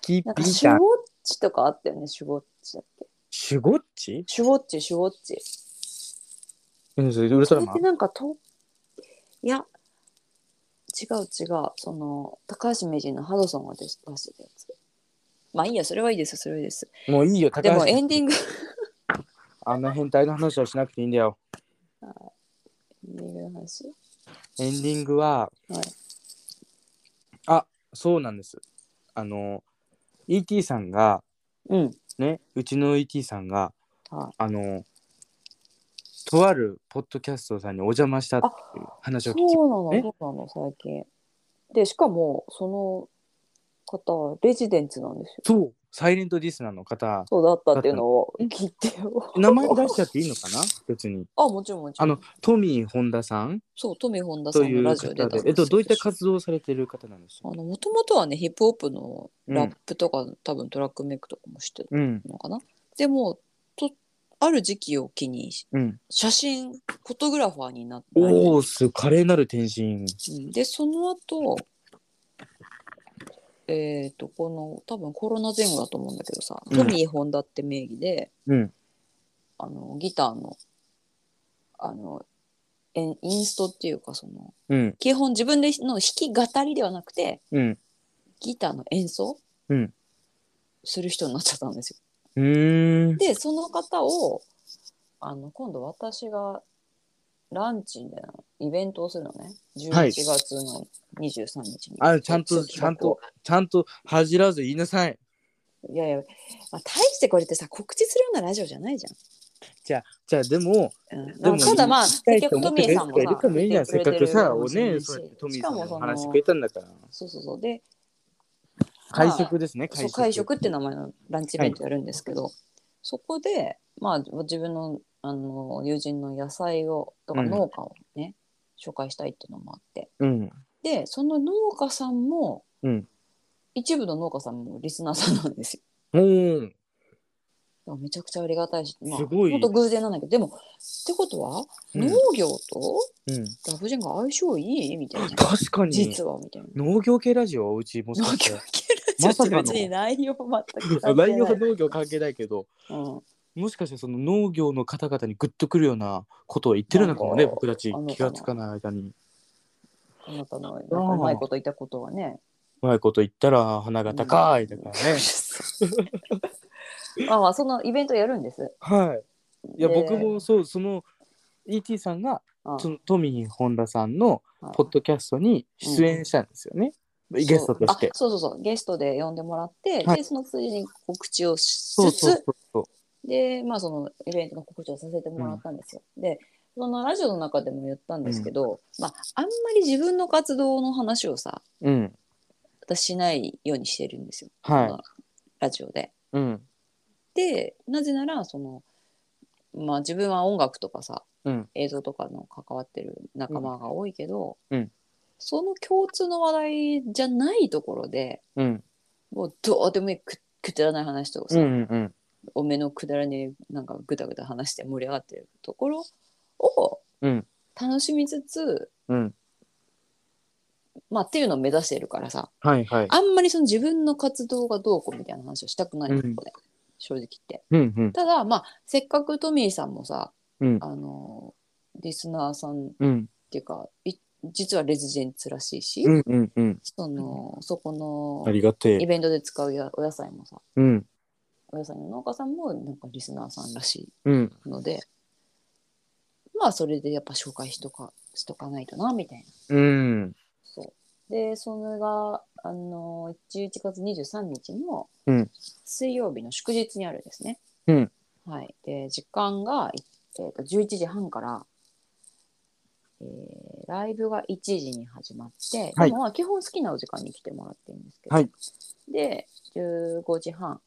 キーなんピか、ーシュタウンォッチとかあったよね、シュウォッチだっけ。シュゴッチシュウォッチ、シュウォッチ。うんそれウルトそラれっマてンなんかと、いや、違う違う。その、高橋名人のハドソンが出して出してたやつ。まあいいや、それはいいです、それはいいです。もういいよで高も橋エンディング、あんな変態の話はしなくていいんだよエンディングの話。エンディングは、はいあそうなんですあの ET さんがうん。ねうちの ET さんがはい。あのとあるポッドキャストさんにお邪魔したっていう話そをう聞きなえの、そうなの、最近。で、しかも、その方はレジデンツなんですよ。そうサイレントディスナーの方そうだったっていうのを聞いてよ。名前出しちゃっていいのかな別にあ、もちろんもちろあん。のトミー本田さんそう、トミー・ホンダさとんいのうラジ方オ出たんでですよえっとどういった活動をされてる方なんですあかの、もともとはね、ヒップホップのラップとか、多分トラックメイクとかもしてたうんのかな。でも、とある時期を機に、うん写真、フォトグラファーになって、おおす華麗なる転身うんで、その後、えっ、と、この、多分コロナ前後だと思うんだけどさ、うんトミー・ホンダって名義で、うんあのギターのあのえんインストっていうかそのうん基本自分での弾き語りではなくてうんギターの演奏、うんする人になっちゃったんですよ。うーんでその方をあの今度私がランチでイベントをするのねはい11月の23日に。あちゃんとそうちゃんと。ちゃんと恥じらず言いなさい。いやいや、まあ、大してこれってさ告知するようなラジオじゃないじゃん。じゃあでも、うんでもまあただまあ、聞きたいせっとか思くトっミてくれーるさ人んもがいる、からいいじゃん。せっかくさ、おね、さしそうやってトミしーさかんものそ話してのく、れたんだから。そうそうそう。で、会食ですね、そ会う食。会食って名前のランチイベントやるんですけど、そこで、まあ、自分のあの友人の野菜をとかうん農家をね、紹介したいっていうのもあってうん。でその農家さんも、うん一部の農家さんもリスナーさんなんですよ。おーだからめちゃくちゃありがたいし、まあ、すごいほんと偶然なんだけどでもってことは、うん農業とうん。ラブジェンが相性いいみたいな確かに。実はみたいな。農業系ラジオうちもし農か業して系ラジオって別に内容全く関係ない。内容は農業関係ないけど、うんもしかしてその農業の方々にグッとくるようなことを言ってるのかもねなんか僕たちあんのかな気がつかない間にあなたのなんかうまいこと言ったことはね。うまいこと言ったら鼻が高いだから ね、あまあそのイベントやるんです。はいいやで僕もそうその ET さんがあそのトミー・本田さんのはいポッドキャストに出演したんですよね、ゲストとしてそうあそうそうそうゲストで呼んでもらって、はいでそのついに告知をしそうつつそうそうそうでまあそのイベントの告知をさせてもらったんですよ。でそのラジオの中でも言ったんですけど、まああんまり自分の活動の話をさうん私しないようにしてるんですよ、はこのラジオで。いうんでなぜならそのまあ自分は音楽とかさうん映像とかの関わってる仲間が多いけど、うんその共通の話題じゃないところでうんもうどうでもいいくくだらない話とかうさ、んうんおめのくだらねえなんかぐだぐだ話して盛り上がってるところをうん楽しみつつ、うんまあっていうのを目指してるからさはいはいあんまりその自分の活動がどうこうみたいな話をしたくないのうんここで、正直言って。うんうんただまあせっかくトミーさんもさうんあのリスナーさんっうんていうかい実はレジデンツらしいし、うんうんうんそのそこのありがてイえベントで使うやお野菜もさうんお野菜の農家さんもなんかリスナーさんらしうんいのでまあそれでやっぱ紹介しとかしとかないとなみたいなうんそうでそれがあの11月23日のうん水曜日の祝日にあるんですね、うんはい、で時間が、えー、と11時半から、えーライブが1時に始まって、はいでもまあ基本好きなお時間に来てもらっていいんですけど、はいで15時半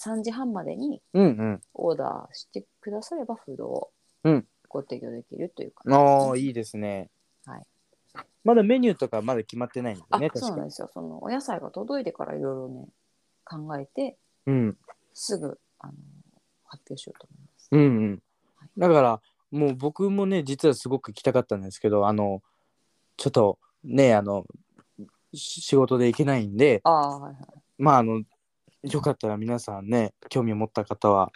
3時半までにうんオーダーしてくださればフードをうんご提供できるというか、うんああいいですねはいまだメニューとかまだ決まってないんだあよねそう確なかんですよそのお野菜が届いてからいろいろね考えてうんすぐあの発表しようと思います。うんうんだからもう僕もね実はすごく来たかったんですけどあのちょっとねあのし仕事で行けないんでああはいはい。まああのよかったら皆さんね興味を持った方は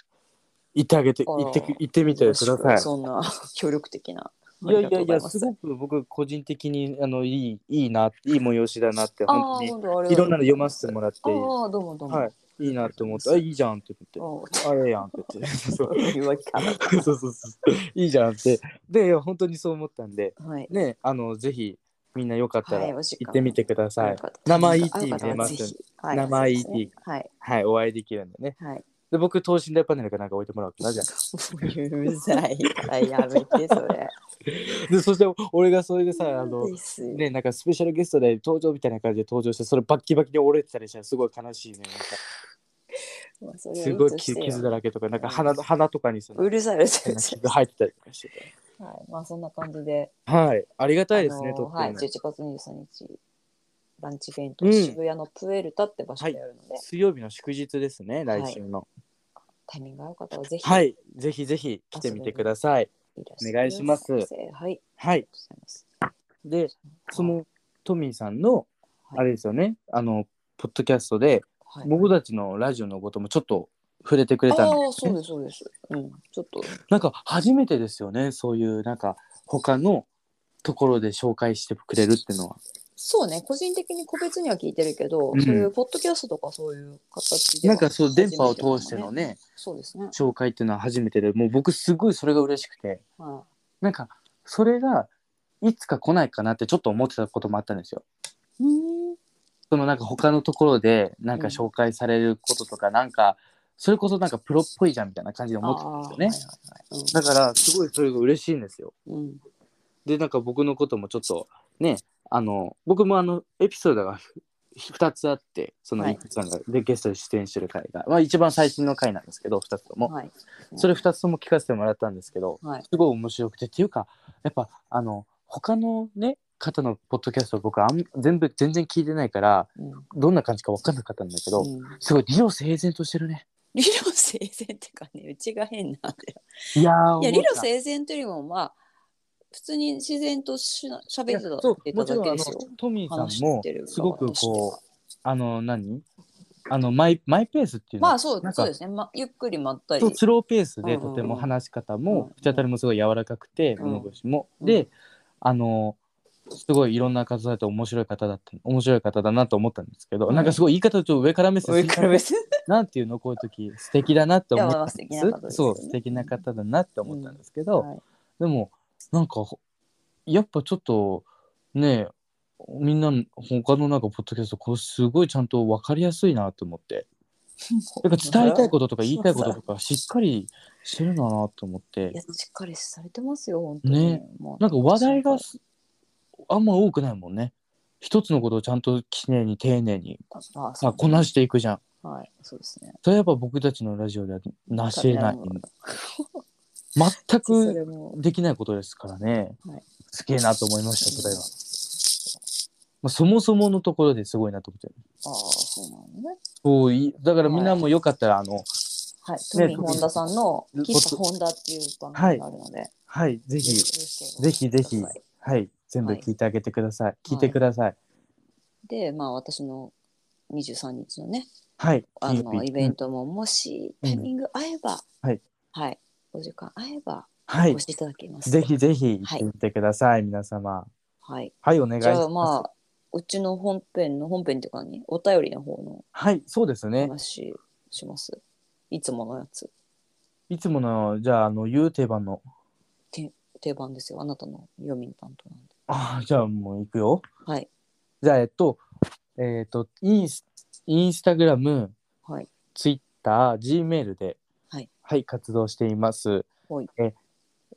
行ってあげてあー行ってく行ってみてください。そんな 協力的な。いやいやいやありがとうござまごすく僕個人的にあのいいいいないい催しだなってあー本当本当あれにいろんなの読ませてもらってああどうもどうも。はいいいなって思ってあいいじゃんって言おうってあれやんって言って そう言うわけかな そうそうそういいじゃんってでいや本当にそう思ったんではい。ね、あの、ぜひ、みんなよかったら、行ってみてくだくさい。生 ET 出出ますはい、生 ET そうですねはいはい、お会いできるんでね。はい。で、僕、等身大パネルかなんか置いてもらおうかな、じ ゃうるさいからやめてそれ。あで、そして、俺が それでさ、あの、ですよね、なんかスペシャルゲストで登場みたいな感じで登場して、それバッキバキに折れてたりしたら、すごい悲しいね。なんかまあそれすはごいつして傷よ傷だらけとか、なんか鼻鼻とかにそのうるさい、うるさい。うるさ傷が入ってたりとかしていはい、まあそんな感じで、た。はい、ありがたいですあね、のとってもはい、ね11月23日、ランチイベンうト、ん渋谷のプエルタって場所でやるので、水曜日の祝日ですね、来週の。タイミングが合う方はぜひ、はいい、ぜひぜひ来てみてください。らっしゃお願いしますはい、ありがとうはい。ございます。で、そのトミーさんのはいあれですよね、あのポッドキャストではい、僕たちのラジオのこともちょっと触れてくれあたんであ、そうです、そうです。うん、ちょっと、なんか初めてですよねそういうなんか他のところで紹介してくれるっていうのは。そうね、個人的に個別には聞いてるけど、うんそういうポッドキャストとかそういう形でなはんかそう電波を初めかも通しての。ねそうですね。紹介っていうのは初めてでもう僕すごいそれが嬉しくてはなんかそれがいつか来ないかなってちょっと思ってたこともあったんですよ。い。うん。そのなんか他のところでなんか紹介されることとかなんかそれこそなんかプロっぽいじゃんみたいな感じで思ってたんですよね。あー。はいはいだはいからすごいそれが嬉しいんですよ。うん。うんでなんか僕のこともちょっとねあの僕もあのエピソードが2つあってそのはいいくつかが、でゲストで出演してる回が、まあ、一番最新の回なんですけど2つとも、はい。それ2つとも聞かせてもらったんですけど、はいすごい面白くてっていうかやっぱあの他のね方のポッドキャスト僕あん全部全然聞いてないからうん。どんな感じか分かんなかったんだけど、うんすごい理路整然としてるね。理路整然ってかねうちが変なんだよ。いやーいや理思っ路た整然というよりもまあ普通に自然としな喋ってたそだうけもちろんあでのすよ。トミーさん話しもてるすごくこうあの何あのマイマイペースっていうのまあそうなんかそうですね、ま、ゆっくりまったりとスローペースでうんうんうとんても話し方うんうもん口当たりもすごい柔らかくてうん物腰もうんであのすごいいろんな方だと面白い方だった面白い方だなと思ったんですけどうんなんかすごい言い方ちょっと上から目線上から目線なんていうのこういう時素敵だなって思ったんいやまあ素敵な方ですそよねう素敵な方だなって思ったんですけど、はいでもなんかほやっぱちょっとねみんな他のなんかポッドキャストこれすごいちゃんと分かりやすいなと思ってだから伝えたいこととか言いたいこととかしっかりしてるんだなと思っいやてしっかりされてますよ本当にねもうなんか話題がすあんま多くないもんね一つのことをちゃんときれいに丁寧にまあさこなししていくじゃんはいそうですねそれやっぱ僕たちのラジオではなし得ない全そくれもできないことですからね、はいすげえなと思いましたそれは、まあ、そもそものところですごいなと思ってああそうなのねそういだからみんなもよかったら、あのはいトミー本田さんのね喫茶本田っていう番組があるので、はいぜひぜぜひぜひはい全部聞いてあげてください、聞いてくださいでまあ私の23日のねはい、あのイベント、トももしタイミング合えば、はいはいお時間合えばうんはおい越しいただけますとぜひぜひ行ってみてください、皆様はいはいお願いしじますゃあまあうちの本編の本編っていうかねお便りの方のはいそうですね話しますいつものやついつものじゃああのゆう定番の定番ですよあなたの読み担当なんであーじゃあもう行くよはいじゃあえっとえっとインスインスタグラムはいツイッター G メールでは、はい活動していますはいえ、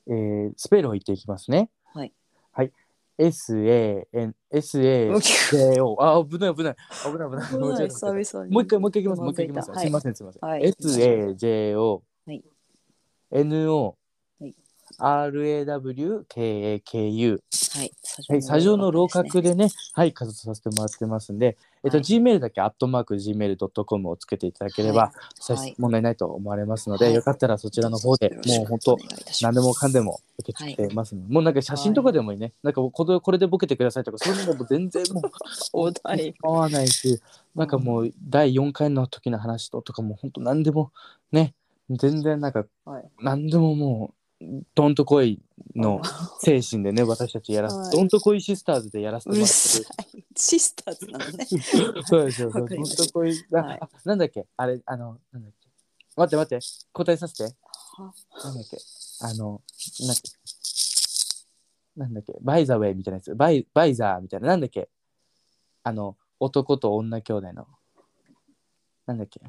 えースペルを言っていきますねはいはい SANSAO あ危ない危ない危ない危ないもう間違えた久々にもう一回もう一回いきますもう一回いきます、はすいいませんすいません、はい SAJO、はい NO、はい RAWKAKU はいはい、最上の楼閣ででね、はい、活動させてもらってますんで、えっと、はい Gmail だけ、アットマーク Gmail.com をつけていただければ、さはい問題ないと思われますので、はいよかったらそちらの方で、もう本当、何でもかんでも受け付けてますので、もうなんか写真とかでもいいね、なんかこれこれでボケてくださいとか、そういうのも全然 もうお題合わないし、なんかもう第4回の時の話ととかも本当何でもね、全然なんかはい何でももうどんとこいの精神でね、私たちやらはいす、どんとこいシスターズでやらせうてもらっるてさる。いシスターズなのね そうですよ。わどんかりましたとこい、あはいあなんだっけ、あれ、あの、なんだっけ。待って待って、答えさせて。はなんだっけ、あの、なんだっけ。なんだっけ、バイザウェイみたいなやつ、バイ、バイザーみたいな、なんだっけ。あの、男と女兄弟の。なんだっけ。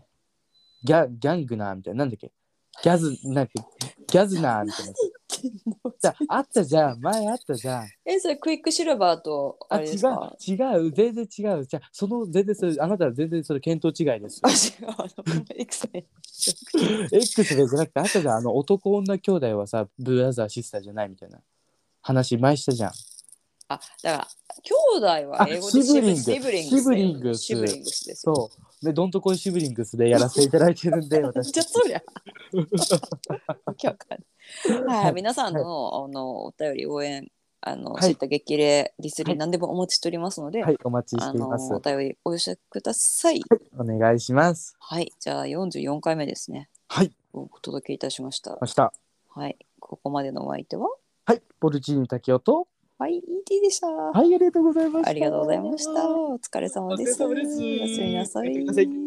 ギャ、ギャングナーみたいな、なんだっけ。ギャズ、なんだっけ、ギャズナーみたいなやつ。じゃああったじゃん、前あったじゃん。えそれクイックシルバーとああ、れ違ですかう、違う、全然違う。じゃあその、全然それ、あなたは全然それ、見当違いです あ。違うあのエクサイ X でじゃなくて、あとがあの男女兄弟はさ、ブラザーシスターじゃないみたいな話前したじゃん。あだから兄弟は英語であシブリングシブリングスシブリングスシブリングスですよそう。で、どんとこいシブリングスでやらせていただいてる んで、私。じゃあそりゃ。わけわかんない。はい、皆さんの,、あのお便り応援、あの、はいそういった激励、ディスリー、はい何でもお持ちしておりますので、はい、お待ちあしていのますお。便りお寄せください。お願いします。はい、じゃあ44回目ですね。はい、お届けいたしました。明日。はい、ここまでのお相手は、はい、ボルチーニ滝雄と。はい、ET でした。はい、ありがとうございました。ありがとうございました。お疲れ様です。お疲れ様ですおやすみなさおやすみいなさい。